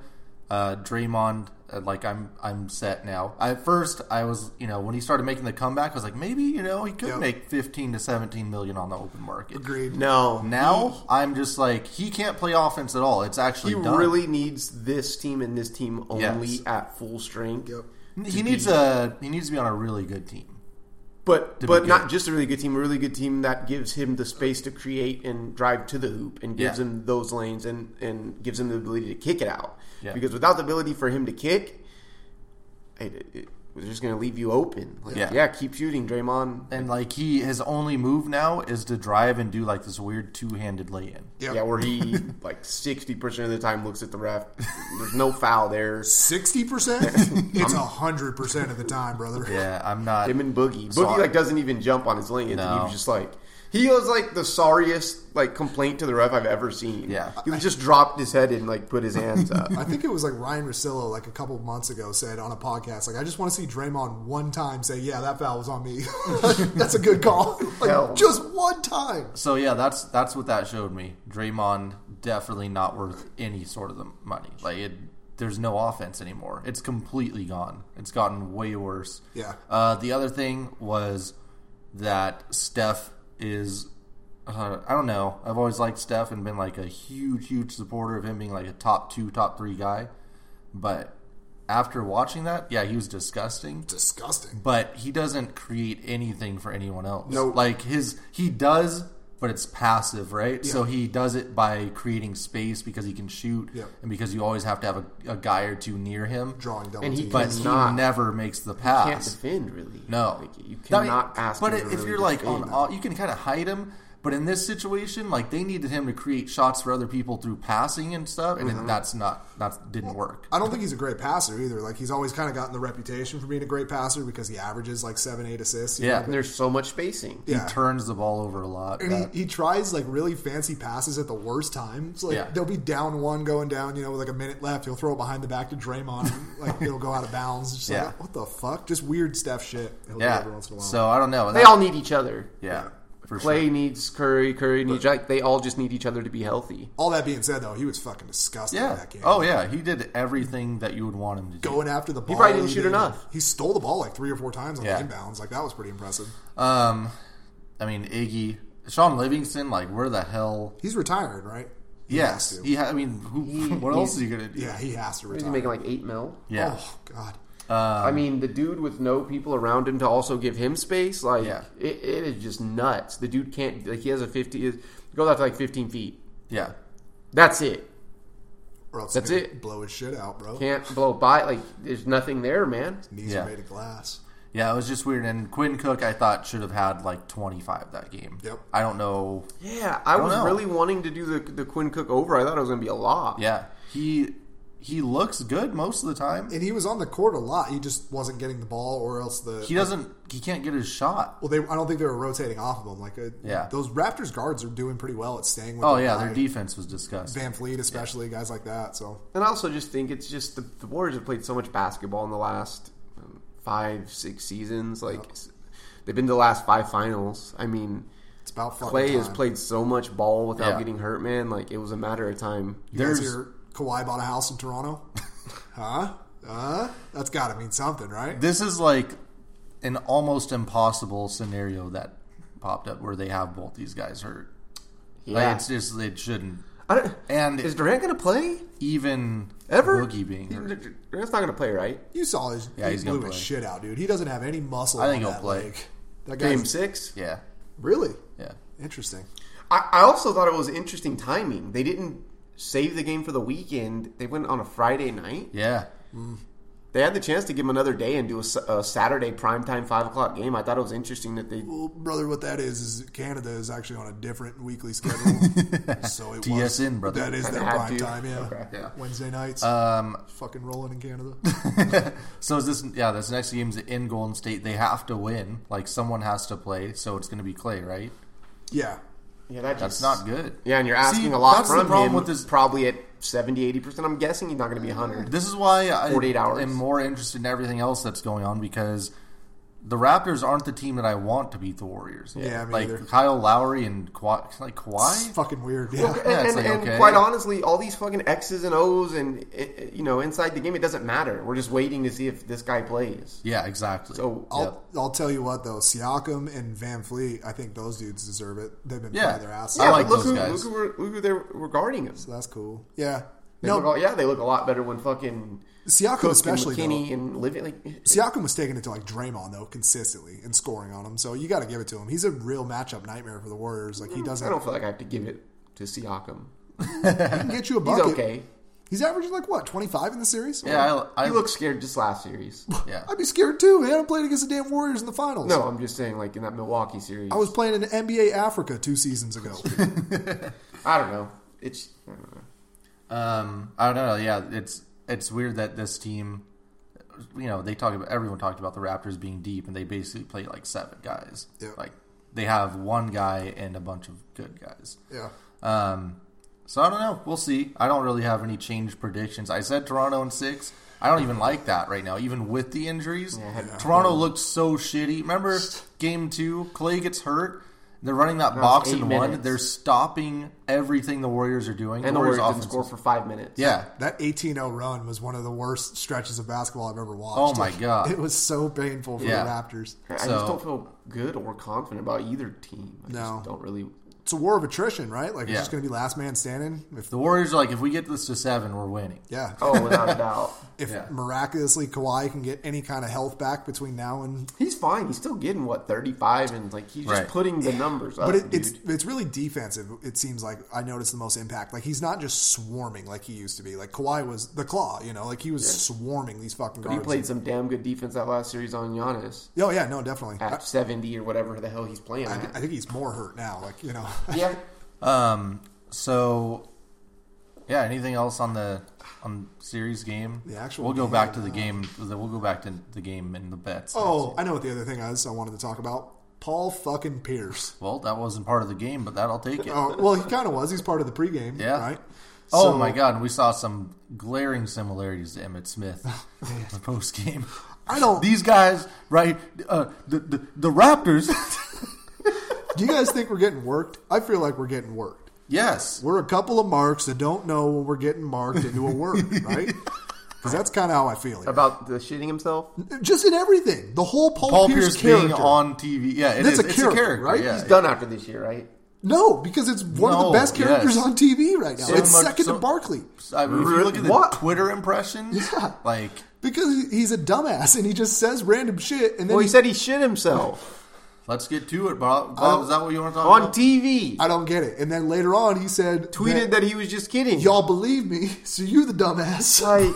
Speaker 1: uh, Draymond, uh, like I'm I'm set now. At first, I was you know when he started making the comeback, I was like maybe you know he could
Speaker 2: Yep.
Speaker 1: make fifteen to seventeen million on the open market.
Speaker 2: Agreed.
Speaker 3: No,
Speaker 1: Now I'm just like he can't play offense at all. It's actually
Speaker 3: he
Speaker 1: done.
Speaker 3: really needs this team and this team only
Speaker 1: Yes.
Speaker 3: at full strength.
Speaker 2: Yep.
Speaker 1: he needs a he needs to be on a really good team.
Speaker 3: But
Speaker 1: To be
Speaker 3: but
Speaker 1: good.
Speaker 3: not just a really good team, a really good team that gives him the space to create and drive to the hoop and gives
Speaker 1: Yeah.
Speaker 3: him those lanes and, and gives him the ability to kick it out.
Speaker 1: Yeah.
Speaker 3: Because without the ability for him to kick, it, it, We're just going to leave you open. Like,
Speaker 1: Yeah.
Speaker 3: yeah, keep shooting, Draymond.
Speaker 1: And like he, his only move now is to drive and do like this weird two-handed lay-in.
Speaker 2: Yep.
Speaker 3: Yeah, where he like sixty percent of the time looks at the ref. There's no foul there.
Speaker 2: Sixty percent? It's hundred percent of the time, brother.
Speaker 1: Yeah, I'm not.
Speaker 3: Him and Boogie. Boogie
Speaker 1: Sorry.
Speaker 3: like doesn't even jump on his lane.
Speaker 1: No.
Speaker 3: He was just like he was like the sorriest like complaint to the ref I've ever seen.
Speaker 1: Yeah.
Speaker 3: he just dropped his head and like put his hands up.
Speaker 2: I think it was like Ryan Rosillo, like a couple of months ago, said on a podcast, like, I just want to see Draymond one time say, yeah, that foul was on me. That's a good call. like,
Speaker 3: Hell.
Speaker 2: just one time.
Speaker 1: So yeah, that's that's what that showed me. Draymond definitely not worth any sort of the money. Like it, there's no offense anymore. It's completely gone. It's gotten way worse.
Speaker 2: Yeah.
Speaker 1: Uh, the other thing was that Steph is. Uh, I don't know. I've always liked Steph and been like a huge, huge supporter of him being like a top two, top three guy. But after watching that, yeah, he was disgusting
Speaker 2: Disgusting.
Speaker 1: but he doesn't create anything for anyone else.
Speaker 2: No.
Speaker 1: like his he does, but it's passive, right? So he does it by creating space because he can shoot,
Speaker 2: Yep.
Speaker 1: and because you always have to have a, a guy or two near him.
Speaker 2: Drawing double
Speaker 3: And he
Speaker 2: teams.
Speaker 1: But he
Speaker 3: Not-
Speaker 1: never makes the
Speaker 3: can't
Speaker 1: pass.
Speaker 3: defend really.
Speaker 1: No,
Speaker 3: like, you
Speaker 1: I
Speaker 3: cannot
Speaker 1: mean,
Speaker 3: ask.
Speaker 1: But
Speaker 3: him to
Speaker 1: if
Speaker 3: really
Speaker 1: you're like
Speaker 3: defend.
Speaker 1: on, all, you can kind of hide him. But in this situation, like they needed him to create shots for other people through passing and stuff, and
Speaker 2: Mm-hmm.
Speaker 1: that's not that didn't work.
Speaker 2: I don't think he's a great passer either. Like, he's always kind of gotten the reputation for being a great passer because he averages like seven, eight assists. you
Speaker 1: Yeah.
Speaker 2: know,
Speaker 3: And there's so much spacing.
Speaker 2: Yeah.
Speaker 1: He turns the ball over a lot.
Speaker 2: And
Speaker 1: That-
Speaker 2: he, he tries like really fancy passes at the worst times. Like
Speaker 1: Yeah.
Speaker 2: they'll be down one, going down, you know, with like a minute left. He'll throw it behind the back to Draymond, and, like it'll go out of bounds. It's just
Speaker 1: Yeah.
Speaker 2: like what the fuck? Just weird Steph shit. He'll do
Speaker 1: yeah.
Speaker 2: every once in a while.
Speaker 1: So I don't know.
Speaker 3: They all need each other.
Speaker 1: yeah. For
Speaker 3: Clay
Speaker 1: sure.
Speaker 3: needs Curry. Curry needs like they all just need each other to be healthy.
Speaker 2: all that being said, though, he was fucking disgusting in
Speaker 1: Yeah.
Speaker 2: that game.
Speaker 1: Oh yeah, he did everything that you would want him to do.
Speaker 2: Going after the ball,
Speaker 3: probably didn't shoot
Speaker 2: did-
Speaker 3: enough.
Speaker 2: He stole the ball like three or four times on
Speaker 1: Yeah.
Speaker 2: the inbounds. Like that was pretty impressive.
Speaker 1: Um, I mean Iggy, Sean Livingston, like where the hell?
Speaker 2: He's retired, right? He has
Speaker 1: Yes,
Speaker 2: to.
Speaker 1: he. Ha- I mean, who, what else is he gonna do?
Speaker 2: yeah, he has to
Speaker 3: He's
Speaker 2: retire.
Speaker 3: making like eight mil.
Speaker 1: Yeah.
Speaker 2: Oh god,
Speaker 1: Um,
Speaker 3: I mean, the dude with no people around him to also give him space, like
Speaker 1: Yeah.
Speaker 3: it, it is just nuts. The dude can't like he has a fifty is goes out to like fifteen feet.
Speaker 1: yeah,
Speaker 3: That's it.
Speaker 2: or else
Speaker 3: That's
Speaker 2: he'll
Speaker 3: it.
Speaker 2: Blow his shit out, bro.
Speaker 3: Can't blow by like there's nothing there, man.
Speaker 2: Knees
Speaker 1: Yeah.
Speaker 2: are made of glass.
Speaker 1: yeah. It was just weird. And Quinn Cook, I thought should have had like twenty five that game.
Speaker 2: Yep.
Speaker 1: I don't know.
Speaker 3: Yeah, I,
Speaker 1: don't
Speaker 3: was
Speaker 1: know.
Speaker 3: really wanting to do the the Quinn Cook over. I thought it was gonna be a lot.
Speaker 1: Yeah, he he looks good most of the time.
Speaker 2: And he was on the court a lot. He just wasn't getting the ball, or else the
Speaker 1: He doesn't. He can't get his shot.
Speaker 2: Well, they I don't think they were rotating off of him. Like, uh,
Speaker 1: Yeah.
Speaker 2: those Raptors guards are doing pretty well at staying with.
Speaker 1: Oh
Speaker 2: their
Speaker 1: yeah,
Speaker 2: guy.
Speaker 1: their defense was disgusting.
Speaker 2: Van Fleet, especially guys like that. So
Speaker 3: And I also just think it's just the, the Warriors have played so much basketball in the last um, five, six seasons. Like s- they've been to the last five finals. I mean,
Speaker 2: it's about fucking
Speaker 3: Clay has
Speaker 2: time.
Speaker 3: played so much ball without
Speaker 1: Yeah.
Speaker 3: getting hurt, man. Like it was a matter of time.
Speaker 2: You guys
Speaker 1: There's
Speaker 2: hear Kawhi bought a house in Toronto, huh? Uh, that's got to mean something, right?
Speaker 1: this is like an almost impossible scenario that popped up where they have both these guys hurt. Like
Speaker 3: Yeah.
Speaker 1: it's just it shouldn't.
Speaker 3: I don't,
Speaker 1: And
Speaker 3: is Durant going to play
Speaker 1: even
Speaker 3: ever?
Speaker 1: Boogie being hurt.
Speaker 3: Durant's not going to play, right?
Speaker 2: You saw his
Speaker 1: Yeah,
Speaker 2: he
Speaker 1: he's gonna
Speaker 2: blew his
Speaker 1: play.
Speaker 2: shit out, dude. He doesn't have any muscle.
Speaker 1: I think
Speaker 2: on
Speaker 1: he'll
Speaker 2: that
Speaker 1: play.
Speaker 2: leg. That
Speaker 3: Game
Speaker 2: guy's
Speaker 3: six.
Speaker 1: Yeah,
Speaker 2: really
Speaker 1: yeah,
Speaker 2: interesting.
Speaker 3: I, I also thought it was interesting timing. They didn't save the game for the weekend. They went on a Friday night.
Speaker 1: yeah.
Speaker 3: They had the chance to give him another day and do a, s- a Saturday primetime five o'clock game. I thought it was interesting that they
Speaker 2: Well, brother, what that is is Canada is actually on a different weekly schedule. so it
Speaker 1: TSN,
Speaker 2: was,
Speaker 1: brother.
Speaker 2: That is their
Speaker 3: Had
Speaker 2: prime
Speaker 3: to.
Speaker 2: time, yeah.
Speaker 3: Okay.
Speaker 1: Yeah.
Speaker 2: Wednesday nights. fucking rolling in Canada.
Speaker 1: So is this? Yeah, this next game's in Golden State. They have to win. Like someone has to play. So it's going to be Clay, right?
Speaker 2: yeah.
Speaker 3: yeah that
Speaker 1: That's
Speaker 3: just-
Speaker 1: not good.
Speaker 3: yeah and you're asking
Speaker 1: See,
Speaker 3: a lot
Speaker 1: that's
Speaker 3: from
Speaker 1: the problem
Speaker 3: him
Speaker 1: with this.
Speaker 3: probably at 70 80 percent I'm guessing he's not going to be 100
Speaker 1: This is why I
Speaker 3: 48 hours.
Speaker 1: am more interested in everything else that's going on because the Raptors aren't the team that I want to beat the Warriors.
Speaker 2: Yeah, me
Speaker 1: like
Speaker 2: either.
Speaker 1: Kyle Lowry and Kawhi. Like
Speaker 2: It's
Speaker 1: Kawhi.
Speaker 2: fucking weird. Yeah.
Speaker 1: Yeah, it's
Speaker 3: and,
Speaker 1: like,
Speaker 3: and
Speaker 1: okay.
Speaker 3: quite honestly, all these fucking X's and O's and uh, you know inside the game, it doesn't matter. We're just waiting to see if this guy plays.
Speaker 1: Yeah, exactly.
Speaker 3: So
Speaker 2: I'll,
Speaker 1: Yep.
Speaker 2: I'll tell you what though, Siakam and Van Fleet, I think those dudes deserve it. They've been
Speaker 1: Yeah.
Speaker 2: playing their ass
Speaker 1: I
Speaker 2: off.
Speaker 1: like
Speaker 3: look
Speaker 1: those
Speaker 3: who,
Speaker 1: guys.
Speaker 3: Look who, we're- look who they're regarding him.
Speaker 2: So that's cool. Yeah.
Speaker 3: They
Speaker 2: No,
Speaker 3: look all- yeah, they look a lot better when fucking
Speaker 2: Siakam
Speaker 3: Cook
Speaker 2: especially
Speaker 3: and McKinney
Speaker 2: though.
Speaker 3: and living like
Speaker 2: Siakam was taking it to like Draymond though consistently and scoring on him. So you got to give it to him. He's a real matchup nightmare for the Warriors. Like he
Speaker 3: I
Speaker 2: doesn't
Speaker 3: don't feel like I have to give it to Siakam.
Speaker 2: he can get you a
Speaker 3: He's
Speaker 2: bucket.
Speaker 3: okay.
Speaker 2: He's averaging like what twenty five in the series.
Speaker 3: Yeah, I,
Speaker 1: He
Speaker 3: I he
Speaker 1: looked
Speaker 3: looked scared just last series.
Speaker 1: Yeah.
Speaker 2: I'd be scared too. He hadn't played against the damn Warriors in the finals.
Speaker 3: No, I'm just saying, like in that Milwaukee series.
Speaker 2: I was playing in NBA Africa two seasons ago.
Speaker 3: I don't know. It's I don't know.
Speaker 1: Um, I don't know. Yeah, it's it's weird that this team, you know, they talk about everyone talked about the Raptors being deep, and they basically play like seven guys.
Speaker 2: Yeah.
Speaker 1: Like they have one guy and a bunch of good guys.
Speaker 2: yeah,
Speaker 1: Um, so I don't know. We'll see. I don't really have any change predictions. I said Toronto in six. I don't even like that right now. Even with the injuries, Toronto looked so shitty. Remember game two? Clay gets hurt. They're running that
Speaker 3: was
Speaker 1: box
Speaker 3: eight
Speaker 1: and one.
Speaker 3: minutes.
Speaker 1: They're stopping everything the Warriors are doing.
Speaker 3: and the Warriors didn't
Speaker 1: offense
Speaker 3: score
Speaker 1: is-
Speaker 3: for five minutes.
Speaker 1: yeah.
Speaker 2: that 18-0 run was one of the worst stretches of basketball I've ever watched.
Speaker 1: Oh, my God.
Speaker 2: it was so painful for
Speaker 1: Yeah.
Speaker 2: the Raptors.
Speaker 3: I
Speaker 1: So-
Speaker 3: just don't feel good or confident about either team. I
Speaker 2: No.
Speaker 3: just don't really.
Speaker 2: It's a war of attrition, right? Like
Speaker 1: Yeah.
Speaker 2: it's just going to be last man standing. If
Speaker 1: The Warriors are like, if we get this to seven, we're winning.
Speaker 2: yeah,
Speaker 3: Oh, without a doubt,
Speaker 2: if
Speaker 1: Yeah.
Speaker 2: miraculously Kawhi can get any kind of health back between now and
Speaker 3: he's fine. He's still getting what 35, and like he's just
Speaker 1: Right.
Speaker 3: putting the numbers up.
Speaker 2: But it, it's
Speaker 3: Oh, dude.
Speaker 2: it's really defensive. It seems like I noticed the most impact. Like he's not just swarming like he used to be. Like Kawhi was the claw, you know. Like he was swarming these fucking
Speaker 3: he
Speaker 2: guards.
Speaker 3: played some damn good defense that last series on Giannis
Speaker 2: oh yeah, no, definitely. I,
Speaker 3: at 70 or whatever the hell he's playing
Speaker 2: I
Speaker 3: at.
Speaker 2: think he's more hurt now. Like you know,
Speaker 3: yeah,
Speaker 1: Um, so yeah, anything else on the on series game?
Speaker 2: The actual
Speaker 1: We'll go
Speaker 2: game,
Speaker 1: back to
Speaker 3: uh,
Speaker 1: the game. We'll go back to the game and the bets.
Speaker 2: oh, I know what the other thing is. I wanted to talk about Paul fucking Pierce.
Speaker 1: well, that wasn't part of the game, but that I'll take it.
Speaker 2: Oh, well, he kind of was. He's part of the pregame,
Speaker 1: Yeah.
Speaker 2: right?
Speaker 1: Oh
Speaker 2: So-
Speaker 1: my god, and we saw some glaring similarities to Emmett Smith in the post game.
Speaker 2: I don't.
Speaker 1: These guys, right? Uh, the, the the Raptors.
Speaker 2: do you guys think we're getting worked? I feel like we're getting worked.
Speaker 1: yes,
Speaker 2: We're a couple of marks that don't know when we're getting marked into a work, right? Because that's kind of how I feel. here.
Speaker 3: about the shitting himself.
Speaker 2: just in everything. The whole Paul,
Speaker 1: Paul
Speaker 2: Pierce,
Speaker 1: Pierce,
Speaker 2: character.
Speaker 1: being on TV. Yeah, it is.
Speaker 2: That's a character,
Speaker 1: it's a character,
Speaker 2: right?
Speaker 1: Yeah,
Speaker 3: He's
Speaker 1: yeah.
Speaker 3: done after this year, right?
Speaker 2: no, because it's one of
Speaker 1: No,
Speaker 2: the best characters
Speaker 1: yes.
Speaker 2: on TV right now.
Speaker 1: So
Speaker 2: it's
Speaker 1: much-
Speaker 2: second
Speaker 1: so-
Speaker 2: to Barkley
Speaker 1: I mean, if you look at the
Speaker 3: What?
Speaker 1: Twitter impressions,
Speaker 2: Yeah.
Speaker 1: like
Speaker 2: because he's a dumbass and he just says random shit and then
Speaker 3: Well, he
Speaker 2: he-
Speaker 3: said he shit himself
Speaker 1: let's get to it, Bob. Bob
Speaker 2: don't-
Speaker 1: is that what you want to talk
Speaker 3: on
Speaker 1: about?
Speaker 3: TV.
Speaker 2: I don't get it. And then later on, he said,
Speaker 3: tweeted that he was just kidding.
Speaker 2: y'all believe me, so you the dumbass."
Speaker 3: like,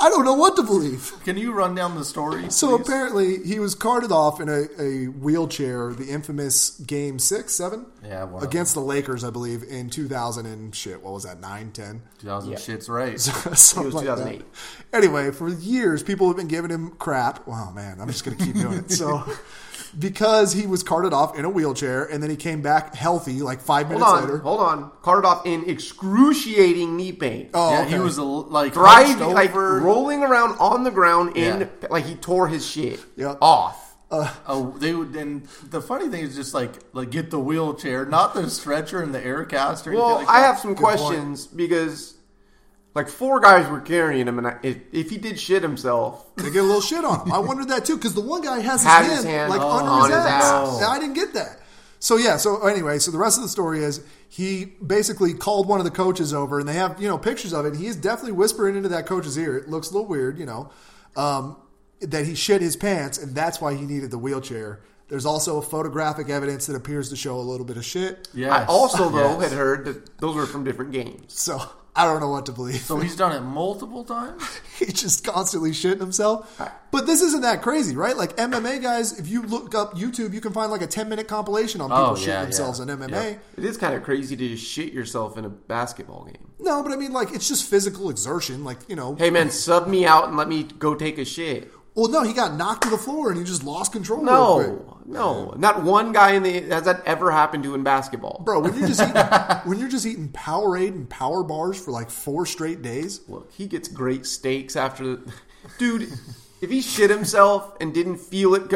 Speaker 2: I don't know what to believe.
Speaker 1: Can you run down the story?
Speaker 2: So
Speaker 1: please?
Speaker 2: apparently, he was carted off in a, a wheelchair, the infamous game six, seven,
Speaker 1: Yeah, one of
Speaker 2: against the Lakers, I believe, in two thousand and shit. What was that? Nine, ten.
Speaker 1: 2000
Speaker 3: Yeah.
Speaker 1: shit's right.
Speaker 2: Something
Speaker 3: It was
Speaker 2: like
Speaker 3: 2008.
Speaker 2: that. Anyway, for years, people have been giving him crap. Wow, man, I'm just going to keep doing it. So, because he was carted off in a wheelchair and then he came back healthy like five
Speaker 3: hold
Speaker 2: minutes
Speaker 3: on,
Speaker 2: later.
Speaker 3: hold on. Carted off in excruciating knee pain.
Speaker 2: Oh,
Speaker 1: yeah, he
Speaker 2: okay.
Speaker 1: was a l- like
Speaker 3: Thrived,
Speaker 1: hunched over.
Speaker 3: like rolling around on the ground in
Speaker 1: Yeah.
Speaker 3: like he tore his shit
Speaker 2: Yep.
Speaker 3: off.
Speaker 1: Oh, they would. And the funny thing is, just like like get the wheelchair, not the stretcher and the air cast. Or
Speaker 3: Well,
Speaker 1: anything like
Speaker 3: I
Speaker 1: that.
Speaker 3: have some questions because like four guys were carrying him, and I, if, if he did shit himself,
Speaker 2: They get a little shit on him. I wondered that too because the one guy has his,
Speaker 3: Had
Speaker 2: hand,
Speaker 3: his hand
Speaker 2: like
Speaker 3: on
Speaker 2: under his,
Speaker 3: his
Speaker 2: ass.
Speaker 3: ass.
Speaker 2: And I didn't get that. So yeah. So anyway, so the rest of the story is he basically called one of the coaches over, and they have you know pictures of it. He is definitely whispering into that coach's ear. It looks a little weird, you know, um, that he shit his pants, and that's why he needed the wheelchair. There's also photographic evidence that appears to show a little bit of shit.
Speaker 1: Yes.
Speaker 3: I also though
Speaker 1: Yes.
Speaker 3: had heard that those were from different games.
Speaker 2: So I don't know what to believe.
Speaker 1: So he's done it multiple times.
Speaker 2: he's just constantly shitting himself. But this isn't that crazy, right? Like MMA guys, if you look up YouTube, you can find like a 10 minute compilation on people
Speaker 1: Oh,
Speaker 2: shitting
Speaker 1: yeah,
Speaker 2: themselves
Speaker 1: yeah.
Speaker 2: in MMA.
Speaker 1: Yep.
Speaker 3: It is kind of crazy to just shit yourself in a basketball game.
Speaker 2: No, but I mean, like, it's just physical exertion. Like, you know.
Speaker 3: Hey man, sub me out and let me go take a shit.
Speaker 2: Well, no, he got knocked to the floor and he just lost control. real quick.
Speaker 3: No, no, not one guy in the has that ever happened to in basketball.
Speaker 2: Bro, when you're just eating, when you're just eating Powerade and Power Bars for like four straight days,
Speaker 3: Look, he gets great steaks after the dude. If he shit himself and didn't feel it,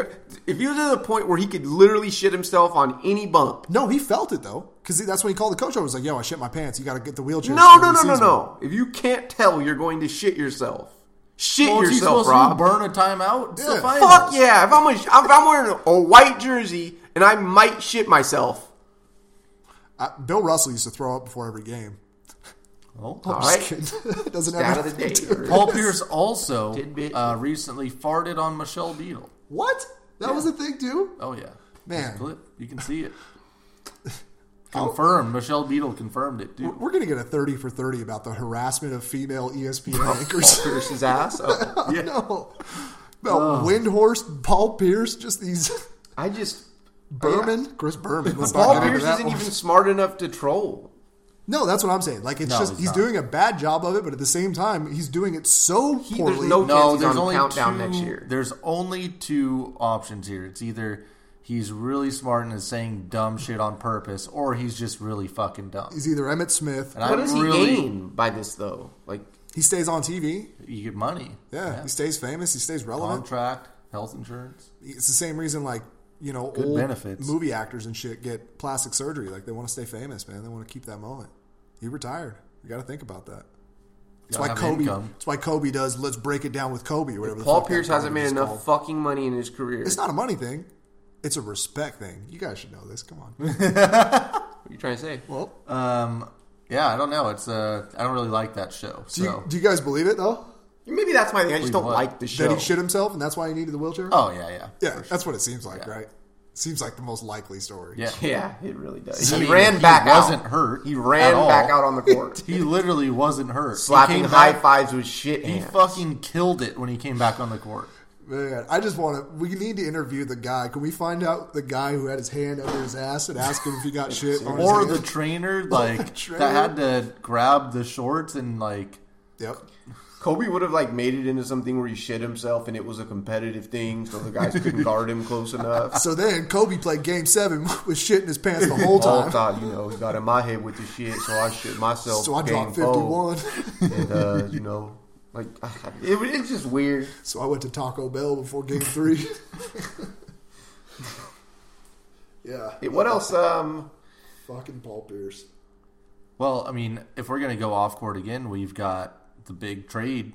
Speaker 3: if he was at the point where he could literally shit himself on any bump.
Speaker 2: no, he felt it though because that's when he called the coach. I was like, "Yo, I shit my pants. You got to get the wheelchair."
Speaker 3: No, no,
Speaker 2: Nobody
Speaker 3: no, no,
Speaker 2: sees me."
Speaker 3: no. If you can't tell, you're going to shit yourself. Shit
Speaker 1: Well, is he
Speaker 3: yourself,
Speaker 1: supposed
Speaker 3: Rob.
Speaker 1: to burn a timeout? It's the
Speaker 2: Yeah.
Speaker 1: finals.
Speaker 3: Fuck yeah! If I'm a, if I'm wearing a white jersey and I might shit myself.
Speaker 2: I, Bill Russell used to throw up before every game.
Speaker 1: Well,
Speaker 3: All
Speaker 2: Just
Speaker 3: right,
Speaker 2: kidding. Doesn't
Speaker 3: out
Speaker 2: have
Speaker 3: of the
Speaker 2: anything to
Speaker 3: day.
Speaker 2: do with
Speaker 1: Paul
Speaker 2: this.
Speaker 1: Pierce also
Speaker 3: Tidbit.
Speaker 1: uh, recently farted on Michelle Beadle.
Speaker 2: What? That was a thing too?
Speaker 1: Oh yeah,
Speaker 2: Man.
Speaker 1: There's a clip. you can see it. Confirmed. Michelle Beadle confirmed it too.
Speaker 2: We're gonna get a thirty for thirty about the harassment of female E ESPN anchors.
Speaker 3: Pierce his ass. Oh.
Speaker 1: Yeah.
Speaker 2: no, about Windhorse, Paul Pierce, just these
Speaker 3: I just
Speaker 2: Berman, Oh, Chris Berman. Let's not
Speaker 3: Paul
Speaker 2: get into
Speaker 3: Pierce
Speaker 2: that
Speaker 3: isn't
Speaker 2: one.
Speaker 3: even smart enough to troll.
Speaker 2: No, that's what I'm saying. Like it's
Speaker 1: No,
Speaker 2: just
Speaker 1: he's
Speaker 2: he's
Speaker 1: not.
Speaker 2: doing a bad job of it, but at the same time, he's doing it so
Speaker 3: He- there's
Speaker 2: poorly.
Speaker 3: no-
Speaker 1: No,
Speaker 3: He's
Speaker 1: there's
Speaker 3: on
Speaker 1: only
Speaker 3: countdown
Speaker 1: two,
Speaker 3: next year.
Speaker 1: There's only two options here. It's either he's really smart and is saying dumb shit on purpose, or he's just really fucking dumb.
Speaker 2: he's either Emmett Smith.
Speaker 1: and I'm
Speaker 3: What does
Speaker 1: really
Speaker 3: he gain by this though? Like
Speaker 2: He stays on TV.
Speaker 1: you get money.
Speaker 2: Yeah, he stays famous. He stays relevant.
Speaker 1: Contract, health insurance.
Speaker 2: It's the same reason, like you know, old
Speaker 1: benefits.
Speaker 2: movie actors and shit get plastic surgery. Like they want to stay famous, man. They want to keep that moment. He retired. You got to think about that. That's why
Speaker 1: Gotta have
Speaker 2: Kobe.
Speaker 1: income.
Speaker 2: That's why Kobe does. Let's break it down with Kobe. Whatever. the
Speaker 3: Paul
Speaker 2: fuck that
Speaker 3: Pierce
Speaker 2: program
Speaker 3: hasn't made
Speaker 2: is
Speaker 3: enough
Speaker 2: called.
Speaker 3: fucking money in his career.
Speaker 2: It's not a money thing. It's a respect thing. You guys should know this. Come on.
Speaker 3: what are you trying to say?
Speaker 2: well,
Speaker 1: Um, yeah, I don't know. It's uh, I don't really like that show.
Speaker 2: do you,
Speaker 1: So,
Speaker 2: do you guys believe it though?
Speaker 3: Maybe that's my thing. I just don't
Speaker 1: what?
Speaker 3: like the show.
Speaker 2: that he shit himself and that's why he needed the wheelchair?
Speaker 1: oh yeah, yeah,
Speaker 2: yeah, that's what it seems like,
Speaker 1: Yeah.
Speaker 2: right? Seems like the most likely story.
Speaker 1: yeah.
Speaker 3: Yeah, it really does.
Speaker 1: I
Speaker 3: he
Speaker 1: mean,
Speaker 3: ran back out.
Speaker 1: Wasn't hurt.
Speaker 3: He
Speaker 1: at
Speaker 3: ran
Speaker 1: all.
Speaker 3: back out on the court,
Speaker 1: He literally wasn't hurt. He
Speaker 3: slapping
Speaker 1: came
Speaker 3: high
Speaker 1: back-
Speaker 3: fives with shit.
Speaker 1: He
Speaker 3: hands.
Speaker 1: fucking killed it when he came back on the court.
Speaker 2: Man, I just want to. We need to interview the guy. Can we find out the guy who had his hand under his ass and ask him if he got shit? on his
Speaker 1: Or
Speaker 2: hand?
Speaker 1: the trainer, like
Speaker 2: Oh, trainer.
Speaker 1: that had to grab the shorts and like
Speaker 2: yep.
Speaker 3: Kobe would have like made it into something where he shit himself, and it was a competitive thing, so the guys couldn't guard him close enough.
Speaker 2: So then Kobe played Game Seven with shit in his pants the whole
Speaker 3: All
Speaker 2: time.
Speaker 3: thought, you know, he got in my head with the shit, so I shit myself.
Speaker 2: So I dropped
Speaker 3: game four.
Speaker 2: fifty-one.
Speaker 3: and uh, you know, like it, it's just weird.
Speaker 2: So I went to Taco Bell before Game Three. yeah,
Speaker 3: It- what else? Um,
Speaker 2: fucking Paul Pierce.
Speaker 1: Well, I mean, if we're going to go off court again, we've got the big trade,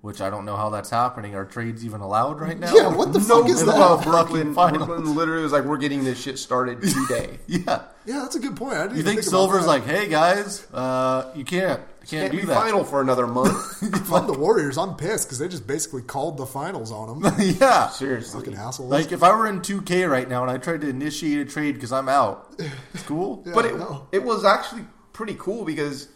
Speaker 1: which I don't know how that's happening. Are trades even allowed right now?
Speaker 2: Yeah, what the fuck is
Speaker 1: middle
Speaker 2: that?
Speaker 1: of
Speaker 3: Brooklyn,
Speaker 1: fucking finals.
Speaker 3: Brooklyn literally was like, we're getting this shit started today.
Speaker 1: Yeah.
Speaker 2: Yeah, that's a good point. I didn't
Speaker 1: You
Speaker 2: even
Speaker 1: think
Speaker 2: about
Speaker 1: Silver's
Speaker 2: that.
Speaker 1: like, hey guys, uh, you can't, you can't,
Speaker 3: Can't be
Speaker 1: do that.
Speaker 3: final for another month.
Speaker 2: If I'm the Warriors, I'm pissed because they just basically called the finals on them.
Speaker 1: yeah.
Speaker 3: Seriously,
Speaker 2: Fucking assholes.
Speaker 1: Like if I were in 2K right now and I tried to initiate a trade because I'm out, it's cool.
Speaker 3: but
Speaker 2: I
Speaker 3: it,
Speaker 2: know.
Speaker 3: it was actually pretty cool because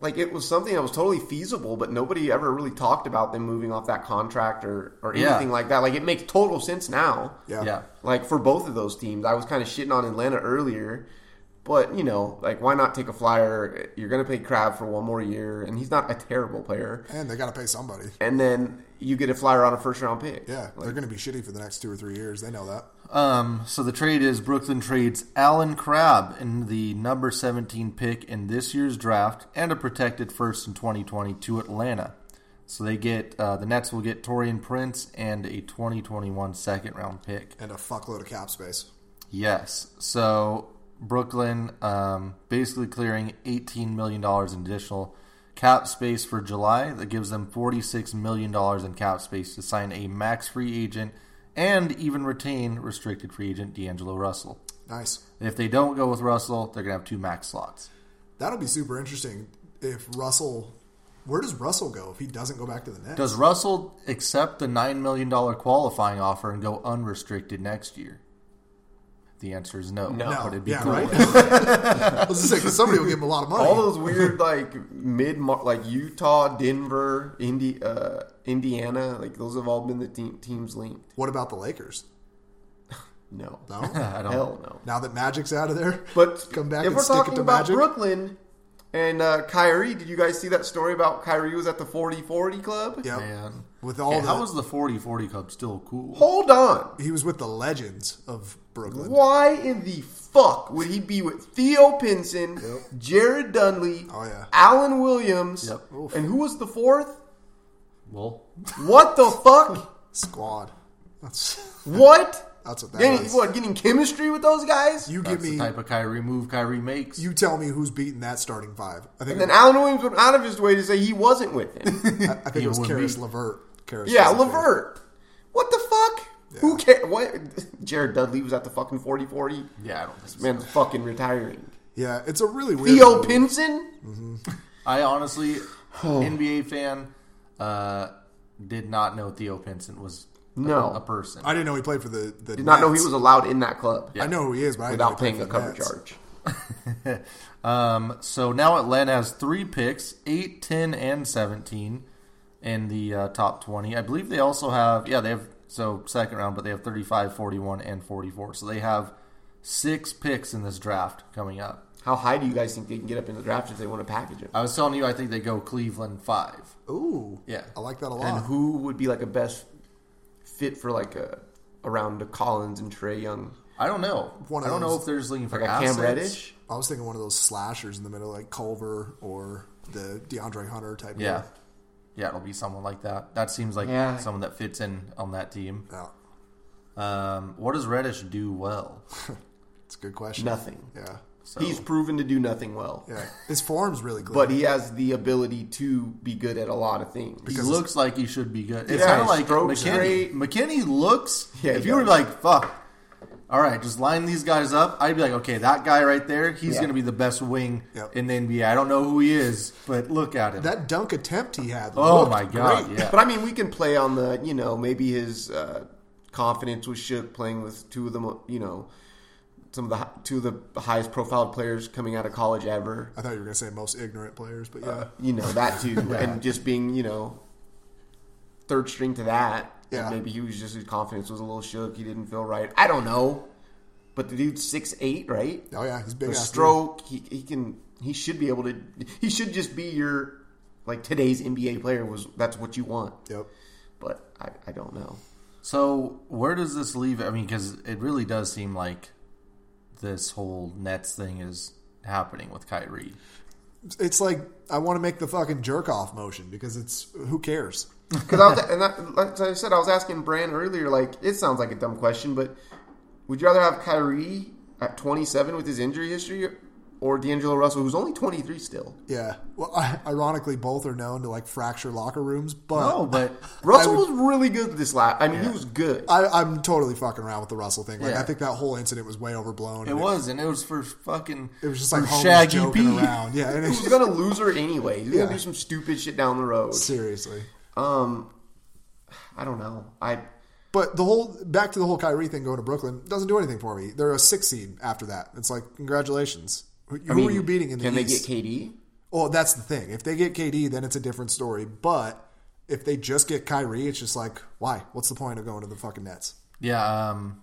Speaker 3: like it was something that was totally feasible but nobody ever really talked about them moving off that contract or, or
Speaker 1: Yeah.
Speaker 3: anything like that like it makes total sense now
Speaker 2: yeah.
Speaker 1: yeah.
Speaker 3: like for both of those teams i was kind of shitting on atlanta earlier but you know like why not take a flyer you're going to pay crab for one more year and he's not a terrible player
Speaker 2: And they got to pay somebody.
Speaker 3: and then you get a flyer on a first round pick
Speaker 2: Yeah, they're going to be shitty for the next two or three years. They know that.
Speaker 1: Um, so the trade is Brooklyn trades Alan Crabb in the number 17 pick in this year's draft and a protected first in 2020 to Atlanta. So they get uh, the Nets will get Torian Prince and a 2021 second round pick.
Speaker 2: And a fuckload of cap space.
Speaker 1: Yes. So Brooklyn um, basically clearing $18 million in additional cap space for July. That gives them $46 million in cap space to sign a max free agent and even retain restricted free agent D'Angelo Russell.
Speaker 2: Nice.
Speaker 1: If they don't go with Russell, they're going to have two max slots.
Speaker 2: That'll be super interesting if Russell. Where does Russell go if he doesn't go back to the Nets?
Speaker 1: Does Russell accept the $9 million qualifying offer and go unrestricted next year? The answer is no.
Speaker 3: No.
Speaker 1: But it'd be
Speaker 2: yeah,
Speaker 1: cool.
Speaker 2: right. I was just saying, 'cause somebody will give him a lot of money.
Speaker 3: all those weird like mid like Utah, Denver, Indi- uh, Indiana, like those have all been the team- teams linked.
Speaker 2: what about the Lakers?
Speaker 3: No,
Speaker 2: No.
Speaker 1: I don't
Speaker 3: hell no.
Speaker 2: now that Magic's out of there,
Speaker 3: But
Speaker 2: come back
Speaker 3: if
Speaker 2: and
Speaker 3: we're
Speaker 2: stick
Speaker 3: talking
Speaker 2: it to
Speaker 3: about
Speaker 2: Magic.
Speaker 3: Brooklyn and uh, Kyrie, did you guys see that story about Kyrie was at the 40-40 club?
Speaker 2: Yep.
Speaker 1: Man.
Speaker 2: With all
Speaker 1: Yeah,
Speaker 2: the,
Speaker 1: how is the 40 40 Club still cool?
Speaker 3: Hold on.
Speaker 2: he was with the legends of Brooklyn.
Speaker 3: Why in the fuck would he be with Theo Pinson, Jared Dudley,
Speaker 2: Oh, yeah.
Speaker 3: Alan Williams,
Speaker 1: Yep. Oof.
Speaker 3: and who was the fourth?
Speaker 1: Well,
Speaker 3: What the fuck?
Speaker 2: Squad. That's
Speaker 3: What?
Speaker 2: that's what that
Speaker 3: Getting,
Speaker 2: is.
Speaker 3: what, getting chemistry with those guys?
Speaker 2: you
Speaker 1: that's
Speaker 2: give
Speaker 1: the
Speaker 2: me.
Speaker 1: type of Kyrie move Kyrie makes.
Speaker 2: You tell me who's beating that starting five. I think
Speaker 3: and then Alan Williams went out of his way to say he wasn't with him.
Speaker 2: I, I think it was
Speaker 1: He would
Speaker 2: Karis
Speaker 1: be.
Speaker 2: Levert. Karis
Speaker 3: yeah,
Speaker 2: was the favorite.
Speaker 3: Levert. What the fuck? Who cares? What? Jared Dudley was at the fucking 40 40.
Speaker 1: yeah, I don't think so.
Speaker 3: This man's fucking retiring.
Speaker 2: Yeah, it's a really weird.
Speaker 3: Theo
Speaker 2: move.
Speaker 3: Pinson?
Speaker 1: I honestly,
Speaker 3: Oh.
Speaker 1: NBA fan, uh, did not know Theo Pinson was a-
Speaker 3: No.
Speaker 1: a person.
Speaker 2: I didn't know he played for the. the
Speaker 3: Did not know he
Speaker 2: Nets.
Speaker 3: was allowed in that club
Speaker 2: I know who he is, but I didn't
Speaker 3: without
Speaker 2: know he
Speaker 3: paying a
Speaker 2: played for the
Speaker 3: cover
Speaker 2: Nets.
Speaker 3: charge.
Speaker 1: um, so now Atlanta has three picks 8, 10, and 17 in the uh, top 20. I believe they also have, yeah, they have, so second round, but they have 35, 41, and 44. So they have six picks in this draft coming up.
Speaker 3: How high do you guys think they can get up in the draft if they want to package it?
Speaker 1: I was telling you, I think they go Cleveland 5.
Speaker 2: Ooh,
Speaker 1: Yeah.
Speaker 2: I like that a lot.
Speaker 3: And who would be like a best fit for like a around a Collins and Trey Young,
Speaker 1: I don't know.
Speaker 2: One of
Speaker 1: I don't know
Speaker 2: those-
Speaker 1: if they're just looking for
Speaker 3: like a
Speaker 1: assets.
Speaker 3: Cam Reddish?
Speaker 2: I was thinking one of those slashers in the middle, like Culver or the DeAndre Hunter type.
Speaker 1: Yeah.
Speaker 2: guy.
Speaker 1: Yeah, it'll be someone like that. That seems like
Speaker 3: Yeah.
Speaker 1: someone that fits in on that team.
Speaker 2: yeah,
Speaker 1: Um, what does Reddish do well?
Speaker 2: it's a good question.
Speaker 3: Nothing.
Speaker 2: Yeah,
Speaker 1: So,
Speaker 3: He's proven to do nothing well,
Speaker 2: yeah. His form's really good.
Speaker 3: but he has the ability to be good at a lot of things.
Speaker 1: he looks like he should be good. It's
Speaker 3: Yeah,
Speaker 1: kind of
Speaker 3: his
Speaker 1: like
Speaker 3: strokes are
Speaker 1: McKinney. McKinney looks.
Speaker 3: Yeah,
Speaker 1: if
Speaker 3: he
Speaker 1: you were
Speaker 3: does.
Speaker 1: like, fuck, all right, just line these guys up, I'd be like, okay, that guy right there, he's
Speaker 3: Yeah.
Speaker 1: going to be the best wing
Speaker 2: Yep.
Speaker 1: in the NBA. I don't know who he is, but look at him.
Speaker 2: that dunk attempt he had.
Speaker 1: oh,
Speaker 2: looked
Speaker 1: my God.
Speaker 3: Great.
Speaker 1: Yeah.
Speaker 3: But I mean, we can play on the, you know, maybe his uh, confidence was shook playing with two of them, you know, some of the hi- two of the highest profiled players coming out of college ever. Uh,
Speaker 2: I thought you were gonna say most ignorant players, but yeah,
Speaker 3: You know that too, and just being, you know, third string to that. and
Speaker 2: Yeah.
Speaker 3: Maybe he was just his confidence was a little shook. He didn't feel right. I don't know. But the dude's six eight, right?
Speaker 2: oh yeah, he's big.
Speaker 3: The
Speaker 2: ass
Speaker 3: stroke. He, he can. He should be able to. He should just be your like today's NBA player. Was that's what you want?
Speaker 2: dude. Yep.
Speaker 3: But I, I don't know.
Speaker 1: So where does this leave? I mean, because it really does seem like this whole Nets thing is happening with Kyrie.
Speaker 2: It's like I want to make the fucking jerk off motion because it's who cares.
Speaker 3: Because I was, and that, like I said, I was asking Brand earlier. Like it sounds like a dumb question, but would you rather have Kyrie at 27 with his injury history, or D'Angelo Russell, who's only 23 still?
Speaker 2: Yeah. Well, I, ironically, both are known to like fracture locker rooms, but
Speaker 3: Oh,
Speaker 1: No, but
Speaker 3: Russell
Speaker 2: would-
Speaker 3: was really good this last. I mean, he was good.
Speaker 2: I, I'm totally fucking around with the Russell thing. Like,
Speaker 1: Yeah.
Speaker 2: I think that whole incident was way overblown.
Speaker 1: it
Speaker 2: and
Speaker 1: was, and it was for fucking.
Speaker 2: It was just like
Speaker 1: for
Speaker 2: homies
Speaker 1: Shaggy
Speaker 2: joking
Speaker 1: P.
Speaker 2: around. Yeah. And
Speaker 3: He was
Speaker 2: it,
Speaker 3: gonna lose her anyway. He's
Speaker 2: Yeah.
Speaker 3: gonna do some stupid shit down the road.
Speaker 2: seriously.
Speaker 3: Um, I don't know. I
Speaker 2: But the whole back to the whole Kyrie thing going to Brooklyn doesn't do anything for me. They're a six seed after that. It's like congratulations. Who, who
Speaker 3: mean,
Speaker 2: are you beating in the
Speaker 3: can they get
Speaker 2: East?
Speaker 3: KD?
Speaker 2: well, that's the thing. If they get KD, then it's a different story. But if they just get Kyrie, it's just like why? What's the point of going to the fucking Nets?
Speaker 1: Yeah, um,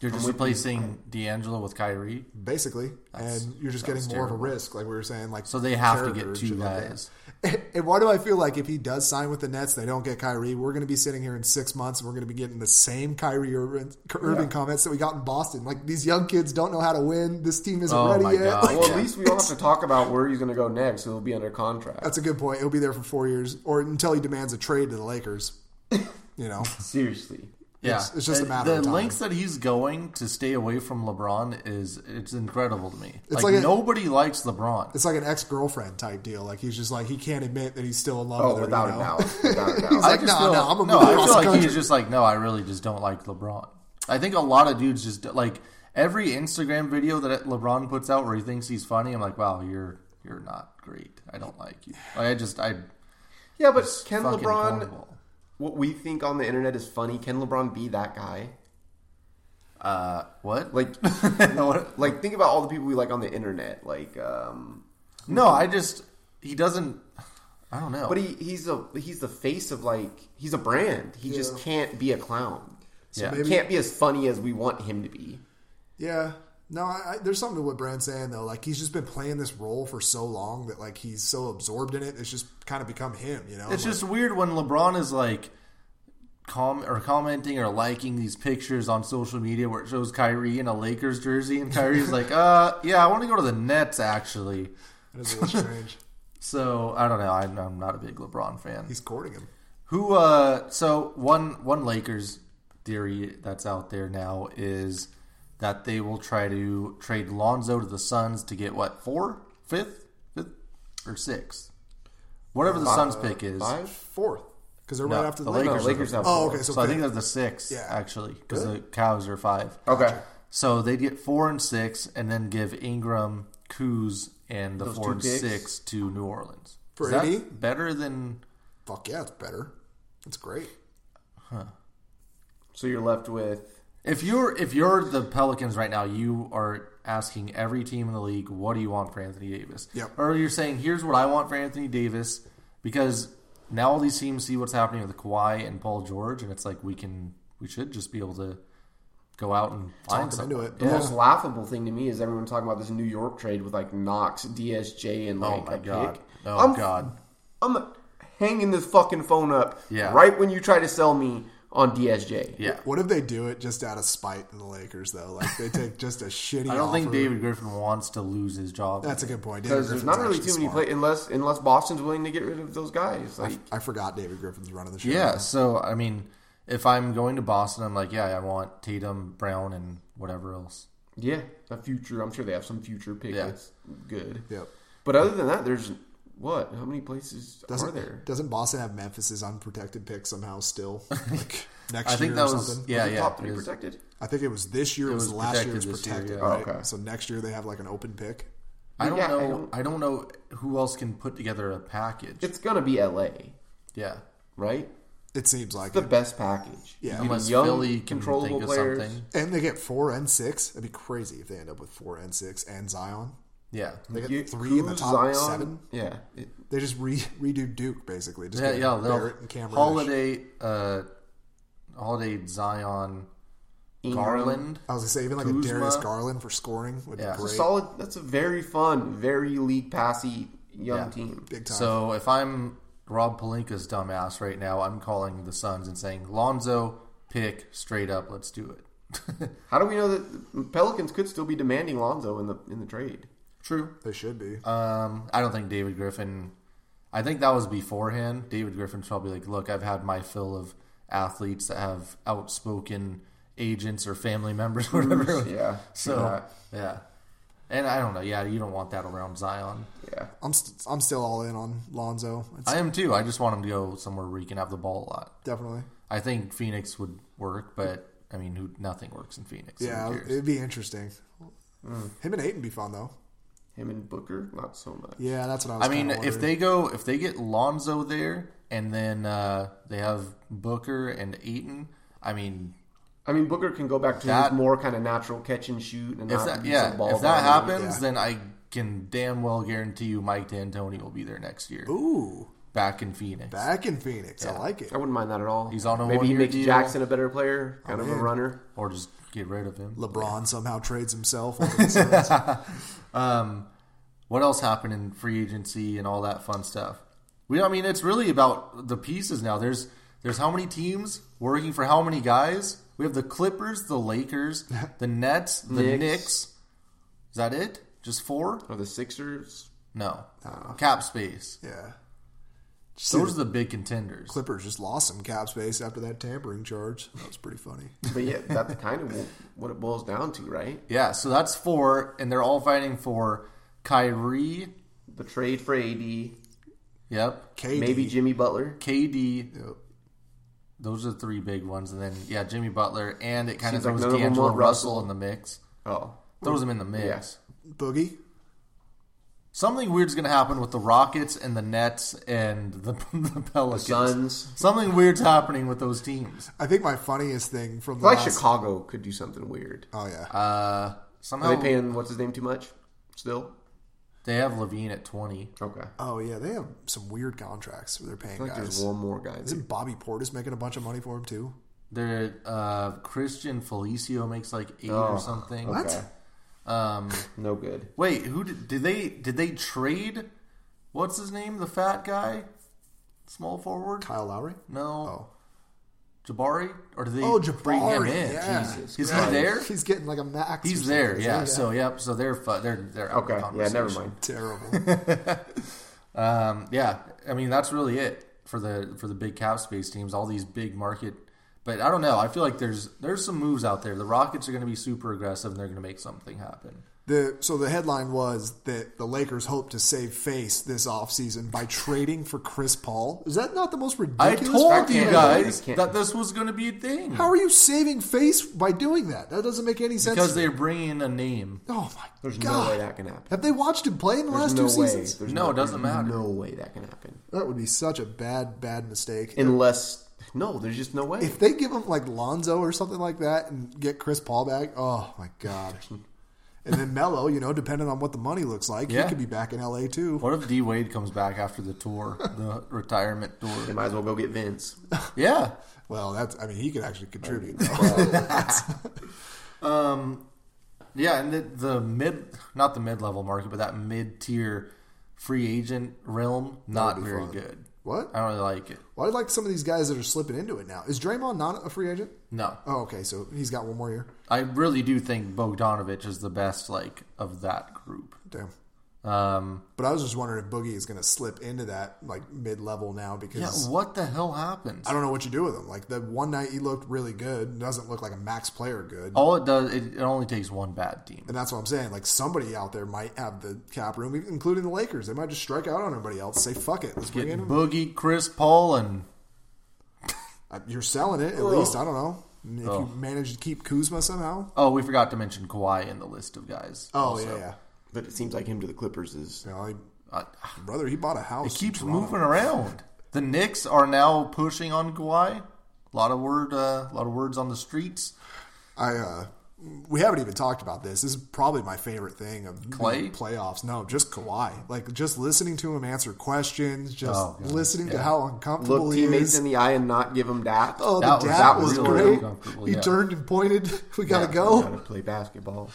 Speaker 1: you're just replacing D'Angelo with Kyrie,
Speaker 2: Basically, and you're just getting more of a risk, like we were saying. Like
Speaker 1: so they have to
Speaker 2: Carter
Speaker 1: get
Speaker 2: and
Speaker 1: two
Speaker 2: shit like that.
Speaker 1: guys.
Speaker 2: And and why do I feel like if he does sign with the Nets, they don't get Kyrie, we're going to be sitting here in six months and we're going to be getting the same Kyrie Irving, Irving comments that we got in Boston. Like these young kids don't know how to win. This team isn't
Speaker 1: Oh
Speaker 2: ready
Speaker 1: my
Speaker 2: yet.
Speaker 1: God.
Speaker 2: Like,
Speaker 3: Well, at least we don't have to talk about where he's gonna go next. He'll be under contract.
Speaker 2: that's a good point. He'll be there for four years or until he demands a trade to the Lakers. You know,
Speaker 3: Seriously.
Speaker 1: Yeah,
Speaker 2: It's- it's just a
Speaker 1: The-
Speaker 2: matter
Speaker 1: The
Speaker 2: of time.
Speaker 1: lengths that he's going to stay away from LeBron is it's incredible to me. like,
Speaker 2: like a-
Speaker 1: nobody likes LeBron.
Speaker 2: it's like an ex girlfriend type deal. Like he's just like he can't admit that he's still in love
Speaker 3: Oh,
Speaker 2: with her.
Speaker 3: without
Speaker 2: you
Speaker 3: a
Speaker 2: know?
Speaker 3: doubt. Without a doubt.
Speaker 2: He's like,
Speaker 1: just
Speaker 2: no, no, I'm a
Speaker 1: no,
Speaker 2: move
Speaker 1: I
Speaker 2: across
Speaker 1: feel
Speaker 2: the
Speaker 1: like
Speaker 2: country.
Speaker 1: he's just like, no, I really just don't like LeBron. I think a lot of dudes just like every Instagram video that LeBron puts out where he thinks he's funny. I'm like, wow, you're you're not great. I don't like you. Like, I just I
Speaker 3: Yeah, but can
Speaker 1: fucking
Speaker 3: LeBron?
Speaker 1: horrible.
Speaker 3: What we think on the internet is funny. Can LeBron be that guy?
Speaker 1: Uh, what?
Speaker 3: Like,
Speaker 1: What?
Speaker 3: like think about all the people we like on the internet. Like, um,
Speaker 1: no, I just he doesn't. I don't know.
Speaker 3: but he he's a he's the face of like he's a brand. He just
Speaker 2: Yeah.
Speaker 3: can't be a clown.
Speaker 1: yeah.
Speaker 2: maybe-
Speaker 3: Can't be as funny as we want him to be.
Speaker 2: Yeah. No, I, I, there's something to what Brand's saying though. Like he's just been playing this role for so long that like he's so absorbed in it, it's just kind of become him. You know,
Speaker 1: It's just weird when LeBron is like com or commenting or liking these pictures on social media where it shows Kyrie in a Lakers jersey and Kyrie's like, "Uh, yeah, I want to go to the Nets actually."
Speaker 2: It is a little strange.
Speaker 1: So, I don't know. I'm, I'm not a big LeBron fan.
Speaker 2: He's courting him.
Speaker 1: Who uh so one one Lakers theory that's out there now is that they will try to trade Lonzo to the Suns to get what? Four? Fifth? Fifth or sixth? Whatever the Suns pick is.
Speaker 3: Five.
Speaker 2: Fourth. Because they're
Speaker 1: No,
Speaker 2: right after the,
Speaker 1: the
Speaker 2: Lakers.
Speaker 3: No,
Speaker 1: Lakers are
Speaker 3: Lakers
Speaker 1: the-
Speaker 3: have.
Speaker 2: Oh,
Speaker 3: four.
Speaker 2: okay. So,
Speaker 1: So I
Speaker 2: fifth.
Speaker 1: think they're the six,
Speaker 2: Yeah.
Speaker 1: actually, because the cows are five.
Speaker 3: Okay.
Speaker 1: So they get four and six, and then give Ingram, Kuz, and the
Speaker 3: two
Speaker 1: four and
Speaker 3: picks?
Speaker 1: six to New Orleans.
Speaker 2: For
Speaker 1: Is that
Speaker 2: AD?
Speaker 1: better than
Speaker 2: fuck yeah, it's better. It's great.
Speaker 3: So you're left with
Speaker 1: If you're if you're the Pelicans right now, you are asking every team in the league, "What do you want for Anthony Davis?"
Speaker 2: Yep.
Speaker 1: Or you're saying, "Here's what I want for Anthony Davis," because now all these teams see what's happening with Kawhi and Paul George, and it's like we can we should just be able to go out and find
Speaker 2: them
Speaker 1: something.
Speaker 2: into it.
Speaker 3: The most laughable thing to me is everyone talking about this New York trade with like Knox, DSJ, and
Speaker 1: Oh
Speaker 3: like
Speaker 1: my
Speaker 3: a
Speaker 1: god!
Speaker 3: pick.
Speaker 1: Oh
Speaker 3: I'm,
Speaker 1: god!
Speaker 3: I'm hanging this fucking phone up
Speaker 1: Yeah.
Speaker 3: right when you try to sell me on DSJ.
Speaker 1: Yeah.
Speaker 2: What if they do it just out of spite in the Lakers though? Like they take just a shitty.
Speaker 1: I don't think
Speaker 2: offer.
Speaker 1: David Griffin wants to lose his job.
Speaker 2: That's a good point. David
Speaker 3: Because there's
Speaker 2: Griffin's
Speaker 3: not really
Speaker 2: actually
Speaker 3: too many
Speaker 2: smart.
Speaker 3: play unless unless Boston's willing to get rid of those guys. Like
Speaker 2: I forgot David Griffin's running the show.
Speaker 1: Yeah, so I mean, if I'm going to Boston, I'm like, yeah, I want Tatum, Brown, and whatever else.
Speaker 3: yeah, a future. I'm sure they have some future pick
Speaker 1: Yeah.
Speaker 3: that's good.
Speaker 2: Yep.
Speaker 3: But other than that, there's what? How many places are
Speaker 2: Doesn't
Speaker 3: there?
Speaker 2: doesn't Boston have Memphis's unprotected pick somehow still? Like next
Speaker 1: I think
Speaker 2: year
Speaker 1: that
Speaker 2: or
Speaker 1: was
Speaker 2: something.
Speaker 1: yeah,
Speaker 3: the
Speaker 1: yeah.
Speaker 3: top
Speaker 1: it
Speaker 3: three
Speaker 1: is.
Speaker 3: protected.
Speaker 2: I think it was this year. It was,
Speaker 1: was
Speaker 2: last year. It was
Speaker 1: protected this year,
Speaker 2: protected.
Speaker 1: yeah.
Speaker 2: right?
Speaker 3: Oh, okay.
Speaker 2: So next year they have like an open pick.
Speaker 1: I don't
Speaker 3: Yeah, I
Speaker 1: know. I don't,
Speaker 3: don't-
Speaker 1: know who else can put together a package.
Speaker 3: It's gonna be L.A.
Speaker 1: yeah,
Speaker 3: Right?
Speaker 2: It seems like
Speaker 3: The
Speaker 2: it.
Speaker 3: best package.
Speaker 2: Yeah.
Speaker 3: You get
Speaker 1: unless
Speaker 3: young,
Speaker 1: Philly can
Speaker 3: controllable
Speaker 1: think of
Speaker 3: players.
Speaker 1: something.
Speaker 2: and they get four and six. That'd be crazy if they end up with four and six and Zion.
Speaker 1: Yeah,
Speaker 2: They get
Speaker 3: You-
Speaker 2: three in the
Speaker 3: Kuz,
Speaker 2: top
Speaker 3: Zion,
Speaker 2: seven.
Speaker 3: Yeah, it-
Speaker 2: They just re- redo Duke basically. Just
Speaker 1: yeah,
Speaker 2: get
Speaker 1: yeah. They'll
Speaker 2: Barrett and Cameron. Ash.
Speaker 1: holiday, uh, holiday Zion
Speaker 3: Ingram.
Speaker 1: Garland.
Speaker 2: I was gonna say even like
Speaker 1: Kuzma.
Speaker 2: a Darius Garland for scoring would
Speaker 1: Yeah.
Speaker 2: be great.
Speaker 3: Solid. That's a very fun, very league passy young
Speaker 1: Yeah.
Speaker 3: team.
Speaker 2: Big time.
Speaker 1: So if I'm Rob Palinka's dumbass right now, I'm calling the Suns and saying Lonzo pick straight up. Let's do it.
Speaker 3: How do we know that the Pelicans could still be demanding Lonzo in the in the trade?
Speaker 1: True.
Speaker 2: they should be.
Speaker 1: Um, I don't think David Griffin. I think that was beforehand. David Griffin's probably like, look, I've had my fill of athletes that have outspoken agents or family members, or whatever.
Speaker 3: yeah,
Speaker 1: So yeah. and I don't know. Yeah, you don't want that around Zion.
Speaker 3: Yeah,
Speaker 2: I'm st- I'm still all in on Lonzo. It's
Speaker 1: I am too. I just want him to go somewhere where he can have the ball a lot.
Speaker 2: definitely.
Speaker 1: I think Phoenix would work, but I mean, who, nothing works in Phoenix. so who
Speaker 2: Yeah,
Speaker 1: cares? Hmm.
Speaker 2: it'd be interesting. Him and Aiton be fun though.
Speaker 3: him and Booker, not so much.
Speaker 2: Yeah, that's what I was.
Speaker 1: I mean,
Speaker 2: kinda
Speaker 1: if
Speaker 2: wondering.
Speaker 1: they go, if they get Lonzo there, and then uh, they have Booker and Ayton. I mean,
Speaker 3: I mean, Booker can go back to
Speaker 1: That-
Speaker 3: his more kind of natural catch and shoot, and
Speaker 1: If
Speaker 3: not
Speaker 1: that,
Speaker 3: be
Speaker 1: yeah,
Speaker 3: so ball
Speaker 1: if that
Speaker 3: dominant.
Speaker 1: happens,
Speaker 2: yeah.
Speaker 1: then I can damn well guarantee you Mike D'Antoni will be there next year,
Speaker 2: ooh
Speaker 1: back in Phoenix.
Speaker 2: back in Phoenix, I like it.
Speaker 3: I wouldn't mind that at all.
Speaker 1: He's on a
Speaker 3: maybe he
Speaker 1: one-year
Speaker 3: makes
Speaker 1: deal.
Speaker 3: Jackson a better player, kind of a
Speaker 2: in.
Speaker 3: runner.
Speaker 1: Or just get rid of him.
Speaker 2: LeBron somehow trades himself. over the Suns.
Speaker 1: What else happened in free agency and all that fun stuff? We, I mean, it's really about the pieces now. There's, there's how many teams working for how many guys? We have the Clippers, the Lakers, the Nets, the Knicks.
Speaker 3: Knicks.
Speaker 1: Is that it? Just four?
Speaker 3: Or the Sixers.
Speaker 1: No. Cap space.
Speaker 2: yeah, Just see
Speaker 1: Those are
Speaker 2: the
Speaker 1: the big contenders.
Speaker 2: Clippers just lost some cap space after that tampering charge. That was pretty funny.
Speaker 3: But yeah, that's kind of what it boils down to, right?
Speaker 1: Yeah, so that's four, and they're all fighting for Kyrie.
Speaker 3: The trade for AD,
Speaker 1: Yep,
Speaker 2: KD,
Speaker 3: maybe Jimmy Butler.
Speaker 1: KD.
Speaker 2: Yep.
Speaker 1: Those are the three big ones, and then yeah, Jimmy Butler, and it kind
Speaker 3: Seems
Speaker 1: of
Speaker 3: like
Speaker 1: throws
Speaker 3: none of them
Speaker 1: D'Angelo
Speaker 3: want
Speaker 1: Russell,
Speaker 3: Russell.
Speaker 1: in the mix.
Speaker 3: Oh,
Speaker 1: Throws him in the mix.
Speaker 2: Boogie.
Speaker 1: Something weird's gonna happen with the Rockets and the Nets and the, the Pelicans.
Speaker 3: Suns.
Speaker 1: Something weird's happening with those temes.
Speaker 2: I think my funniest thing from the
Speaker 3: Like
Speaker 2: last-
Speaker 3: Chicago could do something weird.
Speaker 2: Oh yeah,
Speaker 1: Uh, somehow
Speaker 3: Are they paying what's his name too much? Still?
Speaker 1: they have Levine at twenty.
Speaker 3: Okay.
Speaker 2: oh yeah, they have some weird contracts where they're paying
Speaker 3: I think
Speaker 2: guys.
Speaker 3: there's one more guy. that-
Speaker 2: Isn't Bobby Portis making a bunch of money for him too?
Speaker 1: They're uh, Christian Felicio makes like eight or something.
Speaker 2: What?
Speaker 3: Oh, Okay.
Speaker 1: Um,
Speaker 3: No good.
Speaker 1: Wait, who did, did they did they trade? What's his name? The fat guy, small forward?
Speaker 2: Kyle Lowry.
Speaker 1: No,
Speaker 2: Oh.
Speaker 1: Jabari, or did they
Speaker 2: Oh,
Speaker 1: bring him
Speaker 2: Jabari,
Speaker 1: in?
Speaker 2: yeah.
Speaker 1: Is
Speaker 2: Jesus
Speaker 1: he
Speaker 3: Christ.
Speaker 1: there?
Speaker 2: He's getting like a max. or
Speaker 1: He's
Speaker 2: something,
Speaker 1: there.
Speaker 2: isn't
Speaker 1: Yeah.
Speaker 2: he?
Speaker 1: So yep. So they're fu- they're they're out of
Speaker 3: Okay. Yeah, never
Speaker 1: conversation.
Speaker 3: mind.
Speaker 2: terrible.
Speaker 1: Um, yeah, I mean that's really it for the for the big cap space teams. All these big market, but I don't know. I feel like there's there's some moves out there. The Rockets are going to be super aggressive and they're going to make something happen.
Speaker 2: The so the headline was that the Lakers hope to save face this offseason by trading for Chris Paul. Is that not the most
Speaker 1: I
Speaker 2: ridiculous?
Speaker 1: told you
Speaker 3: can't-
Speaker 1: guys
Speaker 3: I can't-
Speaker 1: that this was going to be a thing.
Speaker 2: How are you saving face by doing that? That doesn't make any sense.
Speaker 1: because they're bringing in a name.
Speaker 2: oh my
Speaker 3: There's
Speaker 2: god!
Speaker 3: no way that can happen.
Speaker 2: Have they watched him play in the
Speaker 3: There's
Speaker 2: last
Speaker 3: no
Speaker 2: two
Speaker 3: way.
Speaker 2: seasons?
Speaker 3: There's
Speaker 1: No, it doesn't
Speaker 3: there's
Speaker 1: matter.
Speaker 3: No way that can happen.
Speaker 2: That would be such a bad, bad mistake.
Speaker 3: Unless No, there's just no way.
Speaker 2: If they give him like Lonzo or something like that and get Chris Paul back, oh my god. And then Melo, you know, depending on what the money looks like,
Speaker 1: Yeah.
Speaker 2: he could be back in LA too.
Speaker 1: What if D Wade comes back after the tour, the retirement
Speaker 3: they
Speaker 1: tour?
Speaker 3: might as well go get Vince.
Speaker 1: Yeah.
Speaker 2: Well, that's I mean, he could actually contribute. though.
Speaker 1: Yeah, and the, the mid, not the mid level market, but that mid tier free agent realm, not
Speaker 2: would be
Speaker 1: very
Speaker 2: fun.
Speaker 1: good.
Speaker 2: What?
Speaker 1: I don't really like it.
Speaker 2: Well, I like some of these guys that are slipping into it now. Is Draymond not a free agent?
Speaker 1: No.
Speaker 2: Oh, okay, so he's got one more year.
Speaker 1: I really do think Bogdanovich is the best, like, of that group.
Speaker 2: Damn.
Speaker 1: Um,
Speaker 2: But I was just wondering if Boogie is going to slip into that like mid level now because
Speaker 1: yeah, what the hell happens?
Speaker 2: I don't know what you do with him. Like the one night he looked really good, doesn't look like a max player good.
Speaker 1: All it does, it, it only takes one bad team.
Speaker 2: And that's what I'm saying. Like somebody out there might have the cap room, even- including the Lakers. They might just strike out on everybody else. Say fuck it, let's bring
Speaker 1: Get
Speaker 2: in. him."
Speaker 1: Boogie, Chris Paul, and
Speaker 2: Uh, You're selling it at least. I don't know if you manage to keep Kuzma somehow.
Speaker 1: oh, we forgot to mention Kawhi in the list of guys.
Speaker 2: Oh
Speaker 1: also.
Speaker 2: yeah,
Speaker 3: But it seems like him to the Clippers is.
Speaker 2: yeah. You know, he-
Speaker 1: Uh,
Speaker 2: brother, he bought a house.
Speaker 1: it keeps
Speaker 2: in Toronto.
Speaker 1: moving around. The Knicks are now pushing on Kawhi. A lot of word, uh, a lot of words on the streets.
Speaker 2: I uh, we haven't even talked about this. This is probably my favorite thing of
Speaker 1: Clay?
Speaker 2: the playoffs. No, just Kawhi. Like just listening to him answer questions, just
Speaker 1: Oh, God.
Speaker 2: listening to
Speaker 1: Yeah.
Speaker 2: how uncomfortable
Speaker 3: Look
Speaker 2: he
Speaker 3: teammates
Speaker 2: is.
Speaker 3: in the eye and not give him that.
Speaker 2: Oh,
Speaker 1: That was-
Speaker 2: the
Speaker 1: that
Speaker 2: dap was,
Speaker 1: was really uncomfortable,
Speaker 2: great. He
Speaker 1: yeah.
Speaker 2: turned and pointed. We gotta
Speaker 3: Yeah,
Speaker 2: go.
Speaker 3: Gotta play basketball.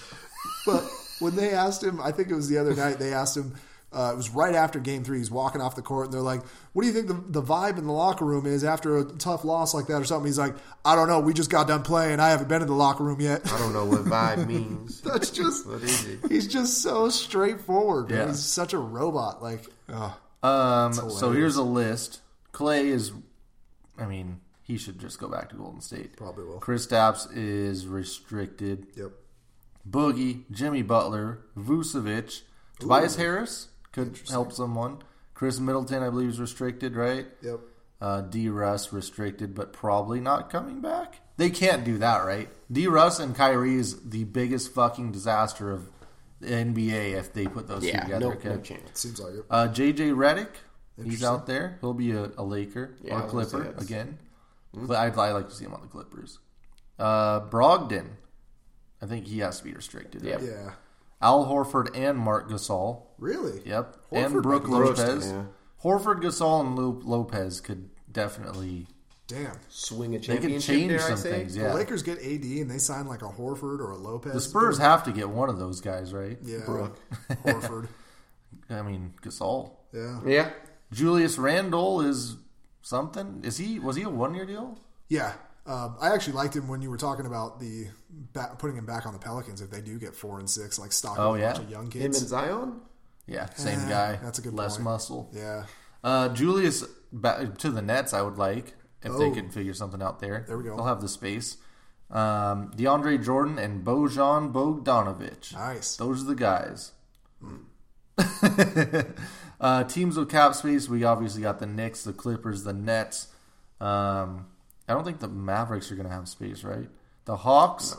Speaker 2: But when they asked him, I think it was the other night, they asked him, uh, it was right after game three, he's walking off the court, and they're like, What do you think the, the vibe in the locker room is after a tough loss like that or something? He's like, I don't know. We just got done playing. I haven't been in the locker room yet.
Speaker 3: I don't know what vibe means.
Speaker 2: That's just,
Speaker 3: What is it?
Speaker 2: he's just so straightforward. man.
Speaker 1: Yeah.
Speaker 2: He's such a robot. Like, ugh.
Speaker 1: Um, so here's a list. Clay is, I mean, he should just go back to Golden State.
Speaker 2: Probably will.
Speaker 1: Chris Stapps is restricted.
Speaker 2: Yep.
Speaker 1: Boogie, Jimmy Butler, Vucevic, Tobias Harris could help someone. Chris Middleton, I believe, is restricted, right?
Speaker 2: Yep.
Speaker 1: Uh, D. Russ restricted, but probably not coming back. They can't do that, right? D. Russ and Kyrie is the biggest fucking disaster of the NBA if they put those two
Speaker 3: Yeah,
Speaker 1: together.
Speaker 3: no,
Speaker 1: okay?
Speaker 3: no chance.
Speaker 2: Seems like it.
Speaker 1: Uh, JJ Redick, he's out there. He'll be a, a Laker
Speaker 3: Yeah, I
Speaker 1: or
Speaker 3: was gonna say
Speaker 1: Clipper
Speaker 3: that's-
Speaker 1: again.
Speaker 3: Hmm?
Speaker 1: But I'd, i like to see him on the Clippers. Uh, Brogdon, I think he has to be restricted.
Speaker 3: Yep.
Speaker 2: Yeah.
Speaker 1: Al Horford and Mark Gasol.
Speaker 2: Really?
Speaker 1: Yep.
Speaker 2: Horford
Speaker 1: and Brooke
Speaker 2: might be
Speaker 1: Lopez.
Speaker 3: roasted, yeah.
Speaker 1: Horford, Gasol, and Lo- Lopez could definitely
Speaker 2: Damn.
Speaker 3: Swing a
Speaker 1: they could
Speaker 3: championship.
Speaker 1: change
Speaker 3: dare I
Speaker 1: some
Speaker 3: say?
Speaker 1: things.
Speaker 2: The
Speaker 1: Yeah.
Speaker 2: Lakers get AD and they sign like a Horford or a Lopez.
Speaker 1: the Spurs have to get one of those guys, right?
Speaker 2: Yeah.
Speaker 3: Brooke.
Speaker 2: Horford.
Speaker 1: I mean Gasol.
Speaker 2: Yeah.
Speaker 3: Yeah.
Speaker 1: Julius Randle is something. Is he? Was he a one year deal?
Speaker 2: Yeah. Um, I actually liked him when you were talking about the ba putting him back on the Pelicans if they do get four and six, like stocking
Speaker 1: Oh,
Speaker 2: a
Speaker 1: yeah.
Speaker 2: bunch of young
Speaker 3: Him and
Speaker 2: kids.
Speaker 3: Zion.
Speaker 1: Yeah, same
Speaker 2: Eh,
Speaker 1: guy.
Speaker 2: that's a good
Speaker 1: less
Speaker 2: point.
Speaker 1: muscle.
Speaker 2: yeah,
Speaker 1: Uh, Julius back to the Nets. I would like if they
Speaker 2: Oh.
Speaker 1: could figure something out there.
Speaker 2: There we go.
Speaker 1: They'll have the space. Um, DeAndre Jordan and Bojan Bogdanovic.
Speaker 2: nice.
Speaker 1: Those are the guys. uh, teams with cap space. We obviously got the Knicks, the Clippers, the Nets. Um, I don't think the Mavericks are going to have space, right? The Hawks,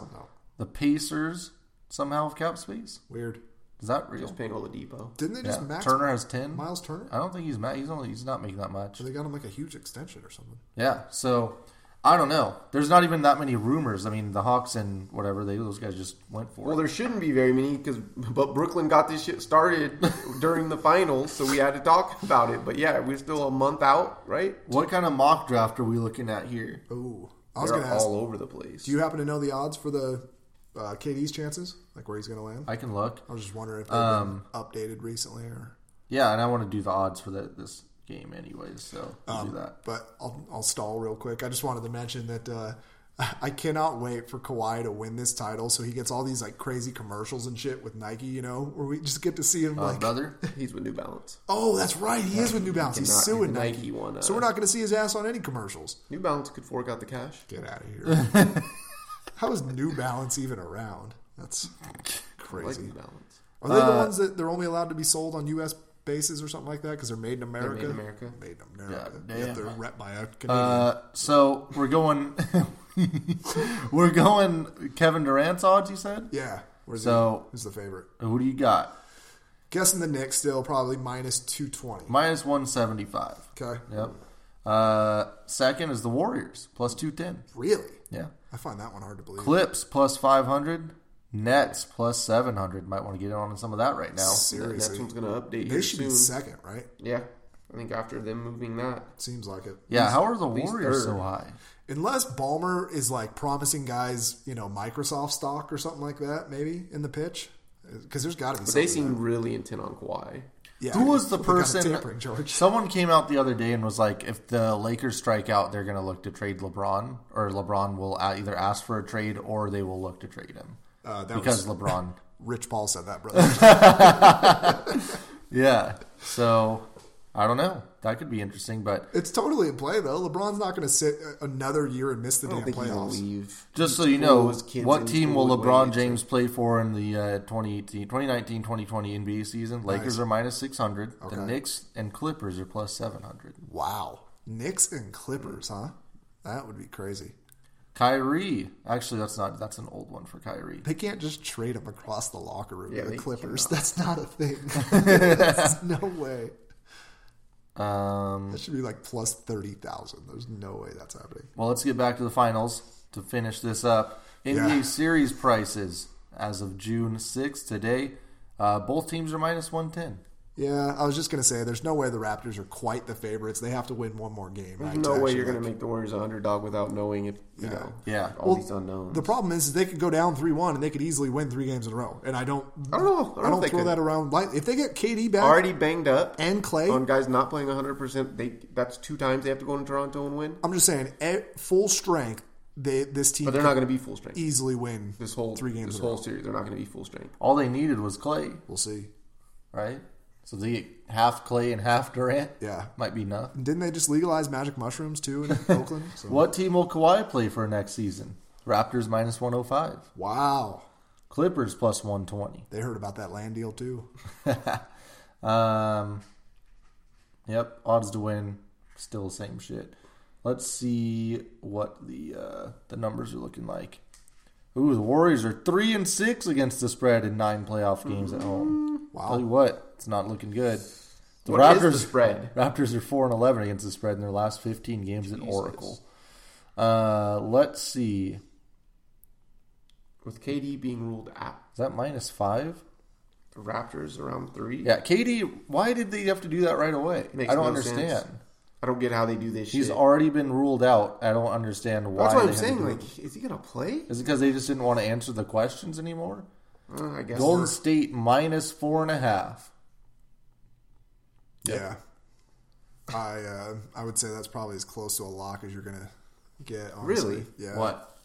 Speaker 1: the Pacers somehow have cap space.
Speaker 2: Weird.
Speaker 1: Is that real?
Speaker 3: Paying Oladipo.
Speaker 2: Didn't they just
Speaker 1: Yeah.
Speaker 2: max
Speaker 1: Turner has ten.
Speaker 2: Miles Turner?
Speaker 1: I don't think he's mad. He's only he's not making that much.
Speaker 2: They got him like a huge extension or something.
Speaker 1: Yeah. So I don't know. There's not even that many rumors. I mean, the Hawks and whatever they those guys just went for.
Speaker 3: Well,
Speaker 1: it.
Speaker 3: there shouldn't be very many because, but Brooklyn got this shit started during the finals, so we had to talk about it. But yeah, we're still a month out, right?
Speaker 1: What kind of mock draft are we looking at here?
Speaker 2: Ooh, I was
Speaker 3: They're
Speaker 2: going to ask.
Speaker 3: all over the place.
Speaker 2: Do you happen to know the odds for the uh, KD's chances, like where he's going to land? I,
Speaker 1: I can look.
Speaker 2: was just wondering if they've
Speaker 1: Um,
Speaker 2: been updated recently or.
Speaker 1: Yeah, and I want to do the odds for that this game anyways. So we'll do that.
Speaker 2: But I'll, I'll stall real quick. I just wanted to mention that uh, I cannot wait for Kawhi to win this title, so he gets all these like crazy commercials and shit with Nike, you know, where we just get to see him
Speaker 1: Uh,
Speaker 3: Um,
Speaker 2: like,
Speaker 1: brother,
Speaker 3: He's with New Balance.
Speaker 2: oh, that's right, he is with New Balance. He's
Speaker 3: cannot-
Speaker 2: suing
Speaker 3: Nike
Speaker 2: Nike,
Speaker 3: won, uh,
Speaker 2: so we're not going to see his ass on any commercials.
Speaker 3: New Balance could fork out the cash.
Speaker 2: Get out of here. How is New Balance even around? That's
Speaker 3: I like uh,
Speaker 2: crazy.
Speaker 3: New Balance.
Speaker 2: Are they the ones that they're only allowed to be sold on U.S. bases or something like that because they're made in America?
Speaker 3: in America.
Speaker 2: Made in America.
Speaker 1: God
Speaker 2: Yet
Speaker 1: damn.
Speaker 2: they're rep by a Canadian.
Speaker 1: uh, so we're going we're going Kevin Durant's odds, you said?
Speaker 2: yeah. Where's
Speaker 1: so-
Speaker 2: he? Who's the favorite?
Speaker 1: Who do you got?
Speaker 2: Guessing the Knicks still probably minus two twenty.
Speaker 1: Minus one seventy five.
Speaker 2: Okay.
Speaker 1: Yep. Uh, second is the Warriors, plus 210.
Speaker 2: Really?
Speaker 1: Yeah.
Speaker 2: I find that one hard to believe.
Speaker 1: Clips, plus 500. Nets, plus 700. Might want to get in on some of that right now.
Speaker 3: Next
Speaker 2: Seriously.
Speaker 3: one's gonna update
Speaker 2: They
Speaker 3: here
Speaker 2: should be
Speaker 3: soon.
Speaker 2: second, right?
Speaker 3: yeah, I think after them moving that,
Speaker 2: Seems like it.
Speaker 1: Yeah, how are the
Speaker 3: least
Speaker 1: Warriors so
Speaker 3: third.
Speaker 1: high?
Speaker 2: Unless Balmer is like promising guys, you know, Microsoft stock or something like that, maybe in the pitch, because there's got to be.
Speaker 3: but they
Speaker 2: something
Speaker 3: seem really intent on Kawhi.
Speaker 2: there. Yeah,
Speaker 1: Who was the
Speaker 2: they got
Speaker 1: person?
Speaker 2: tampering, George?
Speaker 1: Someone came out the other day and was like, if the Lakers strike out, they're going to look to trade LeBron, or LeBron will a- either ask for a trade or they will look to trade him.
Speaker 2: Uh, that
Speaker 1: because
Speaker 2: was
Speaker 1: LeBron.
Speaker 2: Rich Paul said that, brother.
Speaker 1: Yeah. So, I don't know. That could be interesting, but
Speaker 2: it's totally in play though. LeBron's not going to sit another year and miss the
Speaker 3: I
Speaker 2: damn
Speaker 3: don't think he'll
Speaker 2: playoffs.
Speaker 3: leave.
Speaker 1: Just so
Speaker 3: He's
Speaker 1: you
Speaker 3: cool
Speaker 1: know,
Speaker 3: as kids
Speaker 1: what
Speaker 3: and
Speaker 1: team
Speaker 3: cool
Speaker 1: will
Speaker 3: with
Speaker 1: LeBron
Speaker 3: weights.
Speaker 1: James play for in the uh, 2018, 2019, 2020 NBA season? Lakers are minus 600. The Knicks and Clippers are plus 700.
Speaker 2: Wow, Knicks and Clippers, huh? That would be crazy.
Speaker 1: Kyrie. Actually, that's not, that's an old one for Kyrie.
Speaker 2: They can't just trade him across the locker room
Speaker 3: Yeah,
Speaker 2: to the
Speaker 3: they
Speaker 2: Clippers. That's not a thing. There's no way.
Speaker 1: Um,
Speaker 2: That should be like plus thirty thousand. There's no way that's happening.
Speaker 1: well, let's get back to the finals to finish this up. NBA
Speaker 2: Yeah.
Speaker 1: series prices as of June 6th today. Uh, both teams are minus 110.
Speaker 2: Yeah, I was just gonna say, there's no way the Raptors are quite the favorites. They have to win one more game. Right?
Speaker 3: No
Speaker 2: to
Speaker 3: way
Speaker 2: actually,
Speaker 3: you're going
Speaker 2: like-
Speaker 3: to make the Warriors a underdog without knowing if you know.
Speaker 1: Yeah.
Speaker 3: all
Speaker 2: Well,
Speaker 3: these unknowns.
Speaker 2: The problem is, is they could go down three one and they could easily win three games in a row. And I don't,
Speaker 3: I don't know. I don't know if they
Speaker 2: throw
Speaker 3: could.
Speaker 2: that around lightly. If they get KD back
Speaker 3: Already banged up
Speaker 2: and Clay,
Speaker 3: on guys not playing 100. percent They that's two times they have to go into Toronto and win.
Speaker 2: I'm just saying, at full strength, they, this team
Speaker 3: But they're
Speaker 2: could
Speaker 3: not going to be full strength.
Speaker 2: easily win
Speaker 3: This whole
Speaker 2: three games
Speaker 3: This
Speaker 2: in a
Speaker 3: whole
Speaker 2: row.
Speaker 3: series, they're not going to be full strength.
Speaker 1: All they needed was Clay,
Speaker 2: We'll see.
Speaker 1: right? So they get half Clay and half Durant.
Speaker 2: Yeah.
Speaker 1: Might be enough.
Speaker 2: Didn't they just legalize magic mushrooms too in Oakland? So-
Speaker 1: What team will Kawhi play for next season? Raptors minus 105.
Speaker 2: Wow,
Speaker 1: Clippers plus 120.
Speaker 2: they heard about that land deal too.
Speaker 1: Um, yep, odds to win. Still the same shit. Let's see what the uh, the numbers are looking like. Ooh, the Warriors are three and six against the spread in nine playoff games at home.
Speaker 2: Wow.
Speaker 1: Tell you what, it's not looking good. The
Speaker 3: What is the spread?
Speaker 1: Raptors are four and eleven against the spread in their last fifteen games at Oracle. Uh, let's see.
Speaker 3: With KD being ruled out,
Speaker 1: Is that minus five?
Speaker 3: the Raptors around three.
Speaker 1: Yeah, Katie, why did they have to do that right away?
Speaker 3: Makes
Speaker 1: I don't
Speaker 3: no
Speaker 1: understand.
Speaker 3: sense. I don't get how they do this.
Speaker 1: He's
Speaker 3: shit.
Speaker 1: already been ruled out. I don't understand why.
Speaker 3: That's what
Speaker 1: they
Speaker 3: I'm
Speaker 1: had to
Speaker 3: saying.
Speaker 1: do it.
Speaker 3: Like, is he going to play?
Speaker 1: is it because they just didn't want to answer the questions anymore?
Speaker 3: Uh, I guess.
Speaker 1: Golden State minus four and a half.
Speaker 2: Yeah, I uh, I would say that's probably as close to a lock as you're gonna get. Honestly.
Speaker 3: Really?
Speaker 2: Yeah.
Speaker 1: What?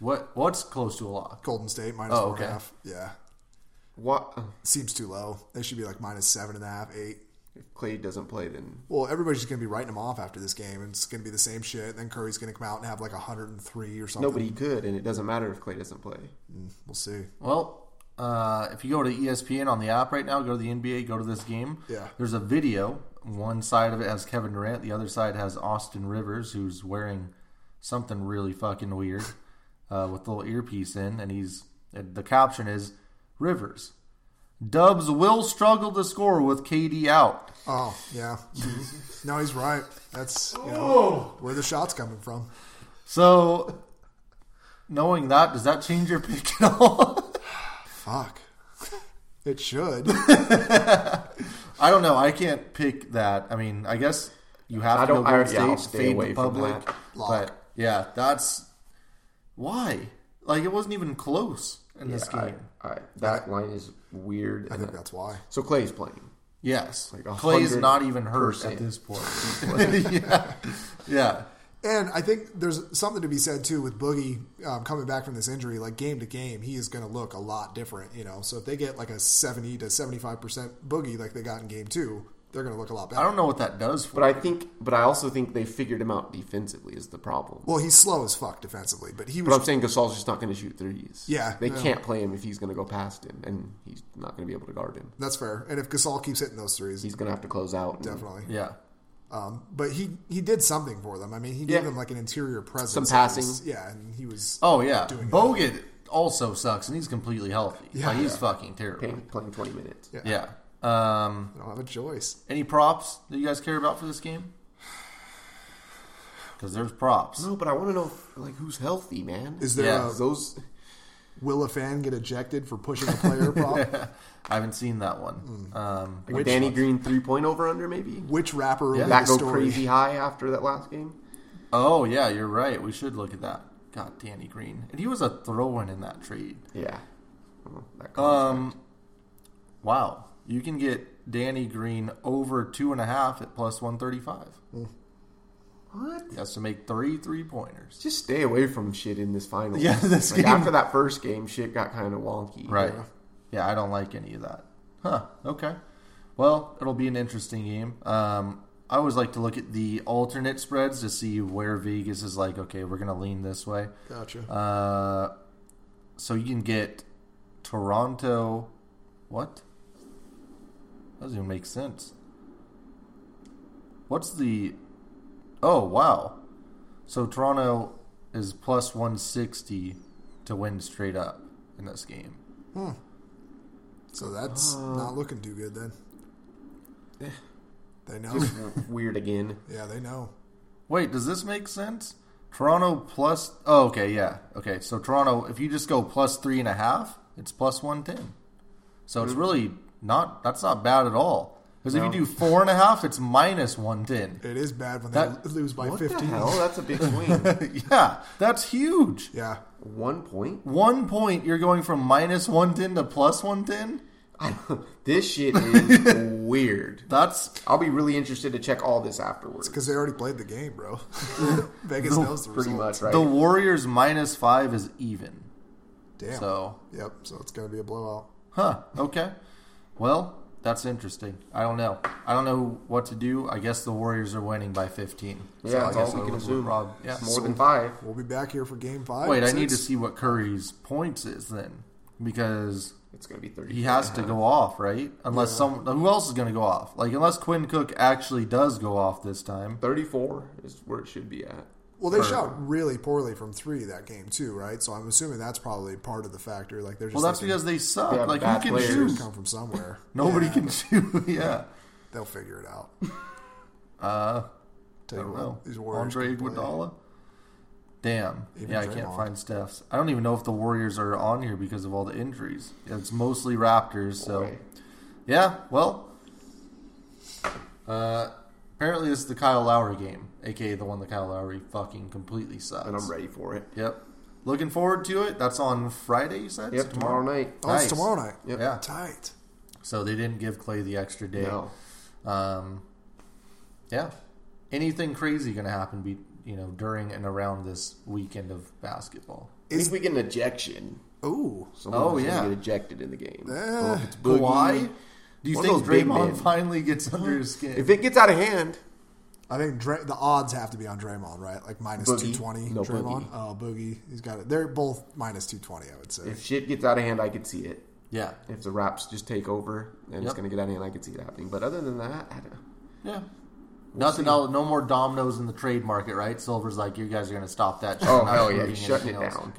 Speaker 1: What? What's close to a lock?
Speaker 2: Golden State minus
Speaker 1: Oh,
Speaker 2: four and a
Speaker 1: okay.
Speaker 2: half. Yeah,
Speaker 3: What uh,
Speaker 2: seems too low. They should be like minus seven and a half, eight.
Speaker 3: if Clay doesn't play? Then
Speaker 2: Well, everybody's just gonna be writing them off after this game, and it's gonna be the same shit. Then Curry's gonna come out and have like 103 or something.
Speaker 3: nobody could, and it doesn't matter if Clay doesn't play.
Speaker 2: We'll see.
Speaker 1: Well, uh, if you go to ESPN on the app right now, go to the NBA, go to this game.
Speaker 2: Yeah.
Speaker 1: There's a video. One side of it has Kevin Durant. The other side has Austin Rivers, who's wearing something really fucking weird uh, with a little earpiece in, and he's and the caption is Rivers. Dubs will struggle to score with KD out.
Speaker 2: Oh yeah, Mm-hmm. no, he's right. That's you know, where the shots coming from.
Speaker 1: So, knowing that, does that change your pick at all?
Speaker 2: Fuck, it should.
Speaker 1: I don't know. I can't pick that. I mean, I guess you have
Speaker 3: I
Speaker 1: to
Speaker 3: don't-
Speaker 1: know Golden
Speaker 3: I-
Speaker 1: State
Speaker 3: yeah, I'll stay
Speaker 1: fade
Speaker 3: away
Speaker 1: the
Speaker 3: from
Speaker 1: public.
Speaker 3: that.
Speaker 2: Lock.
Speaker 1: But yeah, that's why. Like it wasn't even close in this
Speaker 3: I,
Speaker 1: game.
Speaker 3: I, that line is weird.
Speaker 2: I
Speaker 3: and
Speaker 2: think
Speaker 3: I-
Speaker 2: that's why.
Speaker 3: so Clay's playing.
Speaker 1: yes,
Speaker 3: a
Speaker 1: Clay's
Speaker 3: hundred
Speaker 1: not even hurt
Speaker 3: percent.
Speaker 1: at this point. yeah, yeah,
Speaker 2: And I think there's something to be said too with Boogie um, coming back from this injury. Like game to game, he is going to look a lot different. You know, so if they get like a 70 to 75 percent Boogie like they got in game two, they're going to look a lot
Speaker 1: I
Speaker 2: better.
Speaker 1: don't know what that does for.
Speaker 3: But I think, but I also think they figured him out defensively is the problem.
Speaker 2: Well, he's slow as fuck defensively, but he
Speaker 3: But I'm
Speaker 2: was.
Speaker 3: saying Gasol's just not going to shoot threes.
Speaker 2: Yeah,
Speaker 3: they
Speaker 2: no.
Speaker 3: can't play him if he's going to go past him, and he's not going to be able to guard him.
Speaker 2: That's fair. And if Gasol keeps hitting those threes,
Speaker 3: He's going to have to close out. and
Speaker 2: definitely.
Speaker 1: yeah,
Speaker 2: Um, but he he did something for them. I mean, he gave
Speaker 3: Yeah.
Speaker 2: them like an interior presence,
Speaker 3: Some passing.
Speaker 2: He was- yeah, and he was.
Speaker 1: oh yeah.
Speaker 2: Doing
Speaker 1: Bogut also sucks, and he's completely healthy. Like, he's fucking terrible.
Speaker 3: Playing, playing 20 minutes.
Speaker 2: Yeah.
Speaker 1: Yeah. Um,
Speaker 2: I don't have a choice.
Speaker 1: any props that you guys care about for this game? because there's props.
Speaker 3: No, but I want to know like who's healthy, man.
Speaker 2: Is there
Speaker 1: Yeah.
Speaker 2: a,
Speaker 3: those?
Speaker 2: will a fan get ejected for pushing a player prop?
Speaker 1: I haven't seen that one. Um,
Speaker 3: Like a Danny Green three point over under maybe.
Speaker 2: Which rapper
Speaker 1: Yeah.
Speaker 2: will
Speaker 3: That
Speaker 2: the
Speaker 3: go
Speaker 2: story?
Speaker 3: crazy high after that last game.
Speaker 1: oh yeah, you're right. We should look at that. God, Danny Green, and he was a throw-in in that trade.
Speaker 3: Yeah. Well, Oh, that contract.
Speaker 1: Um, wow, you can get Danny Green over two and a half at plus one thirty-five.
Speaker 3: what?
Speaker 1: He has to make three three-pointers.
Speaker 3: Just stay away from shit in this final.
Speaker 1: Yeah, this
Speaker 3: like
Speaker 1: game-
Speaker 3: after that first game, shit got kind of wonky.
Speaker 1: Right. Yeah, I don't like any of that. Huh. Okay. Well, it'll be an interesting game. Um, I always like to look at the alternate spreads to see where Vegas is like, okay, we're going to lean this way.
Speaker 2: Gotcha.
Speaker 1: Uh, so you can get Toronto. What? That doesn't even make sense. What's the. Oh, wow. So Toronto is plus 160 to win straight up in this game.
Speaker 2: So that's
Speaker 3: Uh.
Speaker 2: not looking too good then. They know.
Speaker 3: Just weird again.
Speaker 2: yeah, they know.
Speaker 1: Wait, does this make sense? Toronto plus. Oh, okay, yeah. Okay, so Toronto, if you just go plus three and a half, it's plus 110. So it's really not. That's not bad at all. Because if you do four and a half, it's minus 110.
Speaker 2: It is bad when
Speaker 1: That-
Speaker 2: they lose by
Speaker 3: What the
Speaker 2: 15.
Speaker 3: hell? That's a big swing.
Speaker 1: yeah, that's huge.
Speaker 2: Yeah.
Speaker 3: One point.
Speaker 1: One point, you're going from minus 110 to plus 110?
Speaker 3: This shit is weird.
Speaker 1: That's.
Speaker 3: I'll be really interested to check all this afterwards.
Speaker 2: Because they already played the game, bro. Vegas knows the
Speaker 3: Pretty
Speaker 2: result.
Speaker 3: much, right?
Speaker 1: The Warriors minus five is even.
Speaker 2: Damn.
Speaker 1: So.
Speaker 2: Yep. So it's going to be a blowout.
Speaker 1: Huh. Okay. Well, that's interesting. I don't know. I don't know what to do. I guess the Warriors are winning by 15.
Speaker 3: yeah,
Speaker 1: So I
Speaker 3: that's
Speaker 1: guess
Speaker 3: all we
Speaker 1: I
Speaker 3: can
Speaker 1: would
Speaker 3: assume.
Speaker 1: prob- yeah.
Speaker 3: It's more than five.
Speaker 2: We'll be back here for game five.
Speaker 1: Wait, I
Speaker 2: six.
Speaker 1: need to see what Curry's points is then, because
Speaker 3: It's gonna be thirty.
Speaker 1: he has to go off, right? Unless some who else is going to go off? Like unless Quinn Cook actually does go off this time.
Speaker 3: Thirty-four is where it should be at.
Speaker 2: Well, they
Speaker 1: Or-
Speaker 2: shot really poorly from three that game, too, right? So I'm assuming that's probably part of the factor. Like, they're just.
Speaker 1: Well, that's
Speaker 2: thinking,
Speaker 1: because they suck.
Speaker 3: Yeah,
Speaker 1: like
Speaker 3: bad
Speaker 1: who can
Speaker 3: players.
Speaker 1: shoot?
Speaker 2: come from somewhere.
Speaker 1: Nobody
Speaker 2: Yeah,
Speaker 1: can shoot. yeah.
Speaker 2: They'll figure it out.
Speaker 1: Uh, I
Speaker 2: Tell you
Speaker 1: don't
Speaker 2: what,
Speaker 1: know.
Speaker 2: These Warriors.
Speaker 1: Andre
Speaker 2: can play. Oh,
Speaker 1: Iguodala. Damn.
Speaker 2: Even
Speaker 1: yeah, I
Speaker 2: Draymond.
Speaker 1: can't find Steph's. I don't even know if the Warriors are on here because of all the injuries. It's mostly Raptors. So
Speaker 3: Boy.
Speaker 1: yeah, well. Uh, apparently it's the Kyle Lowry game, aka the one that Kyle Lowry fucking completely sucks.
Speaker 3: and I'm ready for it.
Speaker 1: Yep. Looking forward to it. That's on Friday. You said
Speaker 3: Yep, tomorrow night.
Speaker 2: Oh, it's
Speaker 1: Nice.
Speaker 2: tomorrow night.
Speaker 3: Yep.
Speaker 1: Yeah.
Speaker 2: Tight.
Speaker 1: So they didn't give Clay the extra day.
Speaker 3: No.
Speaker 1: Um, yeah. Anything crazy going to happen, be, you know, during and around this weekend of basketball?
Speaker 3: I think we get an ejection.
Speaker 2: Ooh.
Speaker 3: Someone
Speaker 1: Oh,
Speaker 3: oh yeah,
Speaker 1: yeah.
Speaker 3: get ejected in the game.
Speaker 2: Eh.
Speaker 3: If it's Boogie-
Speaker 1: Kawhi? Do you
Speaker 3: One of
Speaker 1: think
Speaker 3: those big men.
Speaker 1: Draymond finally gets under his skin?
Speaker 3: If it gets out of hand,
Speaker 2: I think Dra- the odds have to be on Draymond, right? Like minus
Speaker 3: Boogie.
Speaker 2: 220.
Speaker 3: No,
Speaker 2: Draymond.
Speaker 3: Boogie.
Speaker 2: Oh, Boogie. He's got it. They're both minus 220, I would say.
Speaker 3: if shit gets out of hand, I could see it.
Speaker 1: yeah.
Speaker 3: If the raps just take over, then it's
Speaker 1: Yep.
Speaker 3: gonna get out of hand. I could see it happening. But other than that, I don't know.
Speaker 1: Yeah. Nothing else. No more dominoes in the trade market, right? Silver's like, you guys are going to stop that. shit.
Speaker 3: Oh,
Speaker 1: I'm not
Speaker 3: hell yeah.
Speaker 1: moving
Speaker 3: Shutting
Speaker 1: anything
Speaker 3: it
Speaker 1: else."
Speaker 3: down.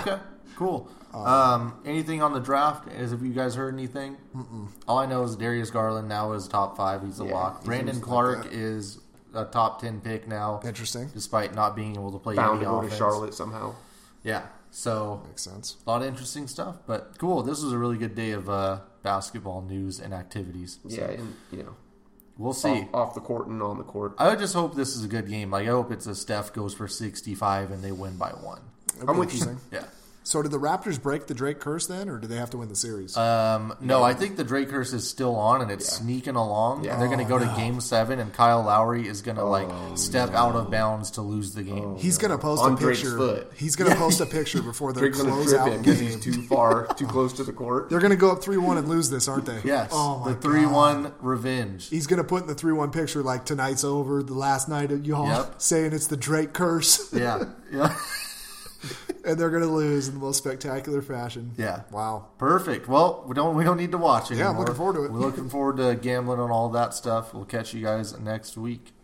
Speaker 1: Okay. Okay. Cool. Um, anything on the draft? Is have you guys heard anything? Mm-mm. All I know is Darius Garland now is top five. He's a
Speaker 3: Yeah,
Speaker 1: lock.
Speaker 3: he
Speaker 1: Brandon
Speaker 3: seems like
Speaker 1: Clark is a top ten pick now.
Speaker 2: Interesting.
Speaker 1: despite not being able to play
Speaker 3: bound
Speaker 1: any
Speaker 3: to go
Speaker 1: offense.
Speaker 3: to Charlotte somehow.
Speaker 1: Yeah, so
Speaker 2: Makes sense.
Speaker 1: a lot of interesting stuff. But cool, this was a really good day of uh, basketball news and activities. So
Speaker 3: Yeah, and you know,
Speaker 1: we'll see.
Speaker 3: off, off the court and on the court.
Speaker 1: I would just hope this is a good game. Like I hope it's a Steph goes for sixty-five and they win by one.
Speaker 2: That'd
Speaker 3: I'm
Speaker 2: be
Speaker 3: with you.
Speaker 2: interesting.
Speaker 1: Yeah.
Speaker 2: So did the Raptors break the Drake curse then, or do they have to win the series?
Speaker 1: Um, no, I think the Drake curse is still on and it's
Speaker 3: Yeah.
Speaker 1: sneaking along.
Speaker 3: Yeah.
Speaker 1: And they're going to
Speaker 2: Oh,
Speaker 1: go
Speaker 2: no.
Speaker 1: to Game Seven, and Kyle Lowry is going to like step out of bounds to lose the game.
Speaker 2: he's gonna post
Speaker 3: On
Speaker 2: a
Speaker 3: Drake's
Speaker 2: picture.
Speaker 3: foot.
Speaker 2: He's gonna post a picture before they
Speaker 3: Drake's gonna
Speaker 2: close
Speaker 3: trip
Speaker 2: out
Speaker 3: him because
Speaker 2: game.
Speaker 3: he's too far, too close to the court.
Speaker 2: They're gonna go up three one and lose this, aren't they?
Speaker 1: Yes,
Speaker 2: Oh my
Speaker 1: the three-one
Speaker 2: God.
Speaker 1: revenge.
Speaker 2: He's gonna put in the three one picture like tonight's over, the last night of y'all,
Speaker 1: Yep.
Speaker 2: saying it's the Drake curse,
Speaker 1: Yeah, yeah.
Speaker 2: and they're gonna lose in the most spectacular fashion.
Speaker 1: Yeah.
Speaker 2: Wow.
Speaker 1: Perfect. Well, we don't we don't need to watch anymore.
Speaker 2: I'm looking forward to it.
Speaker 1: We're looking forward to gambling on all that stuff. We'll catch you guys next week.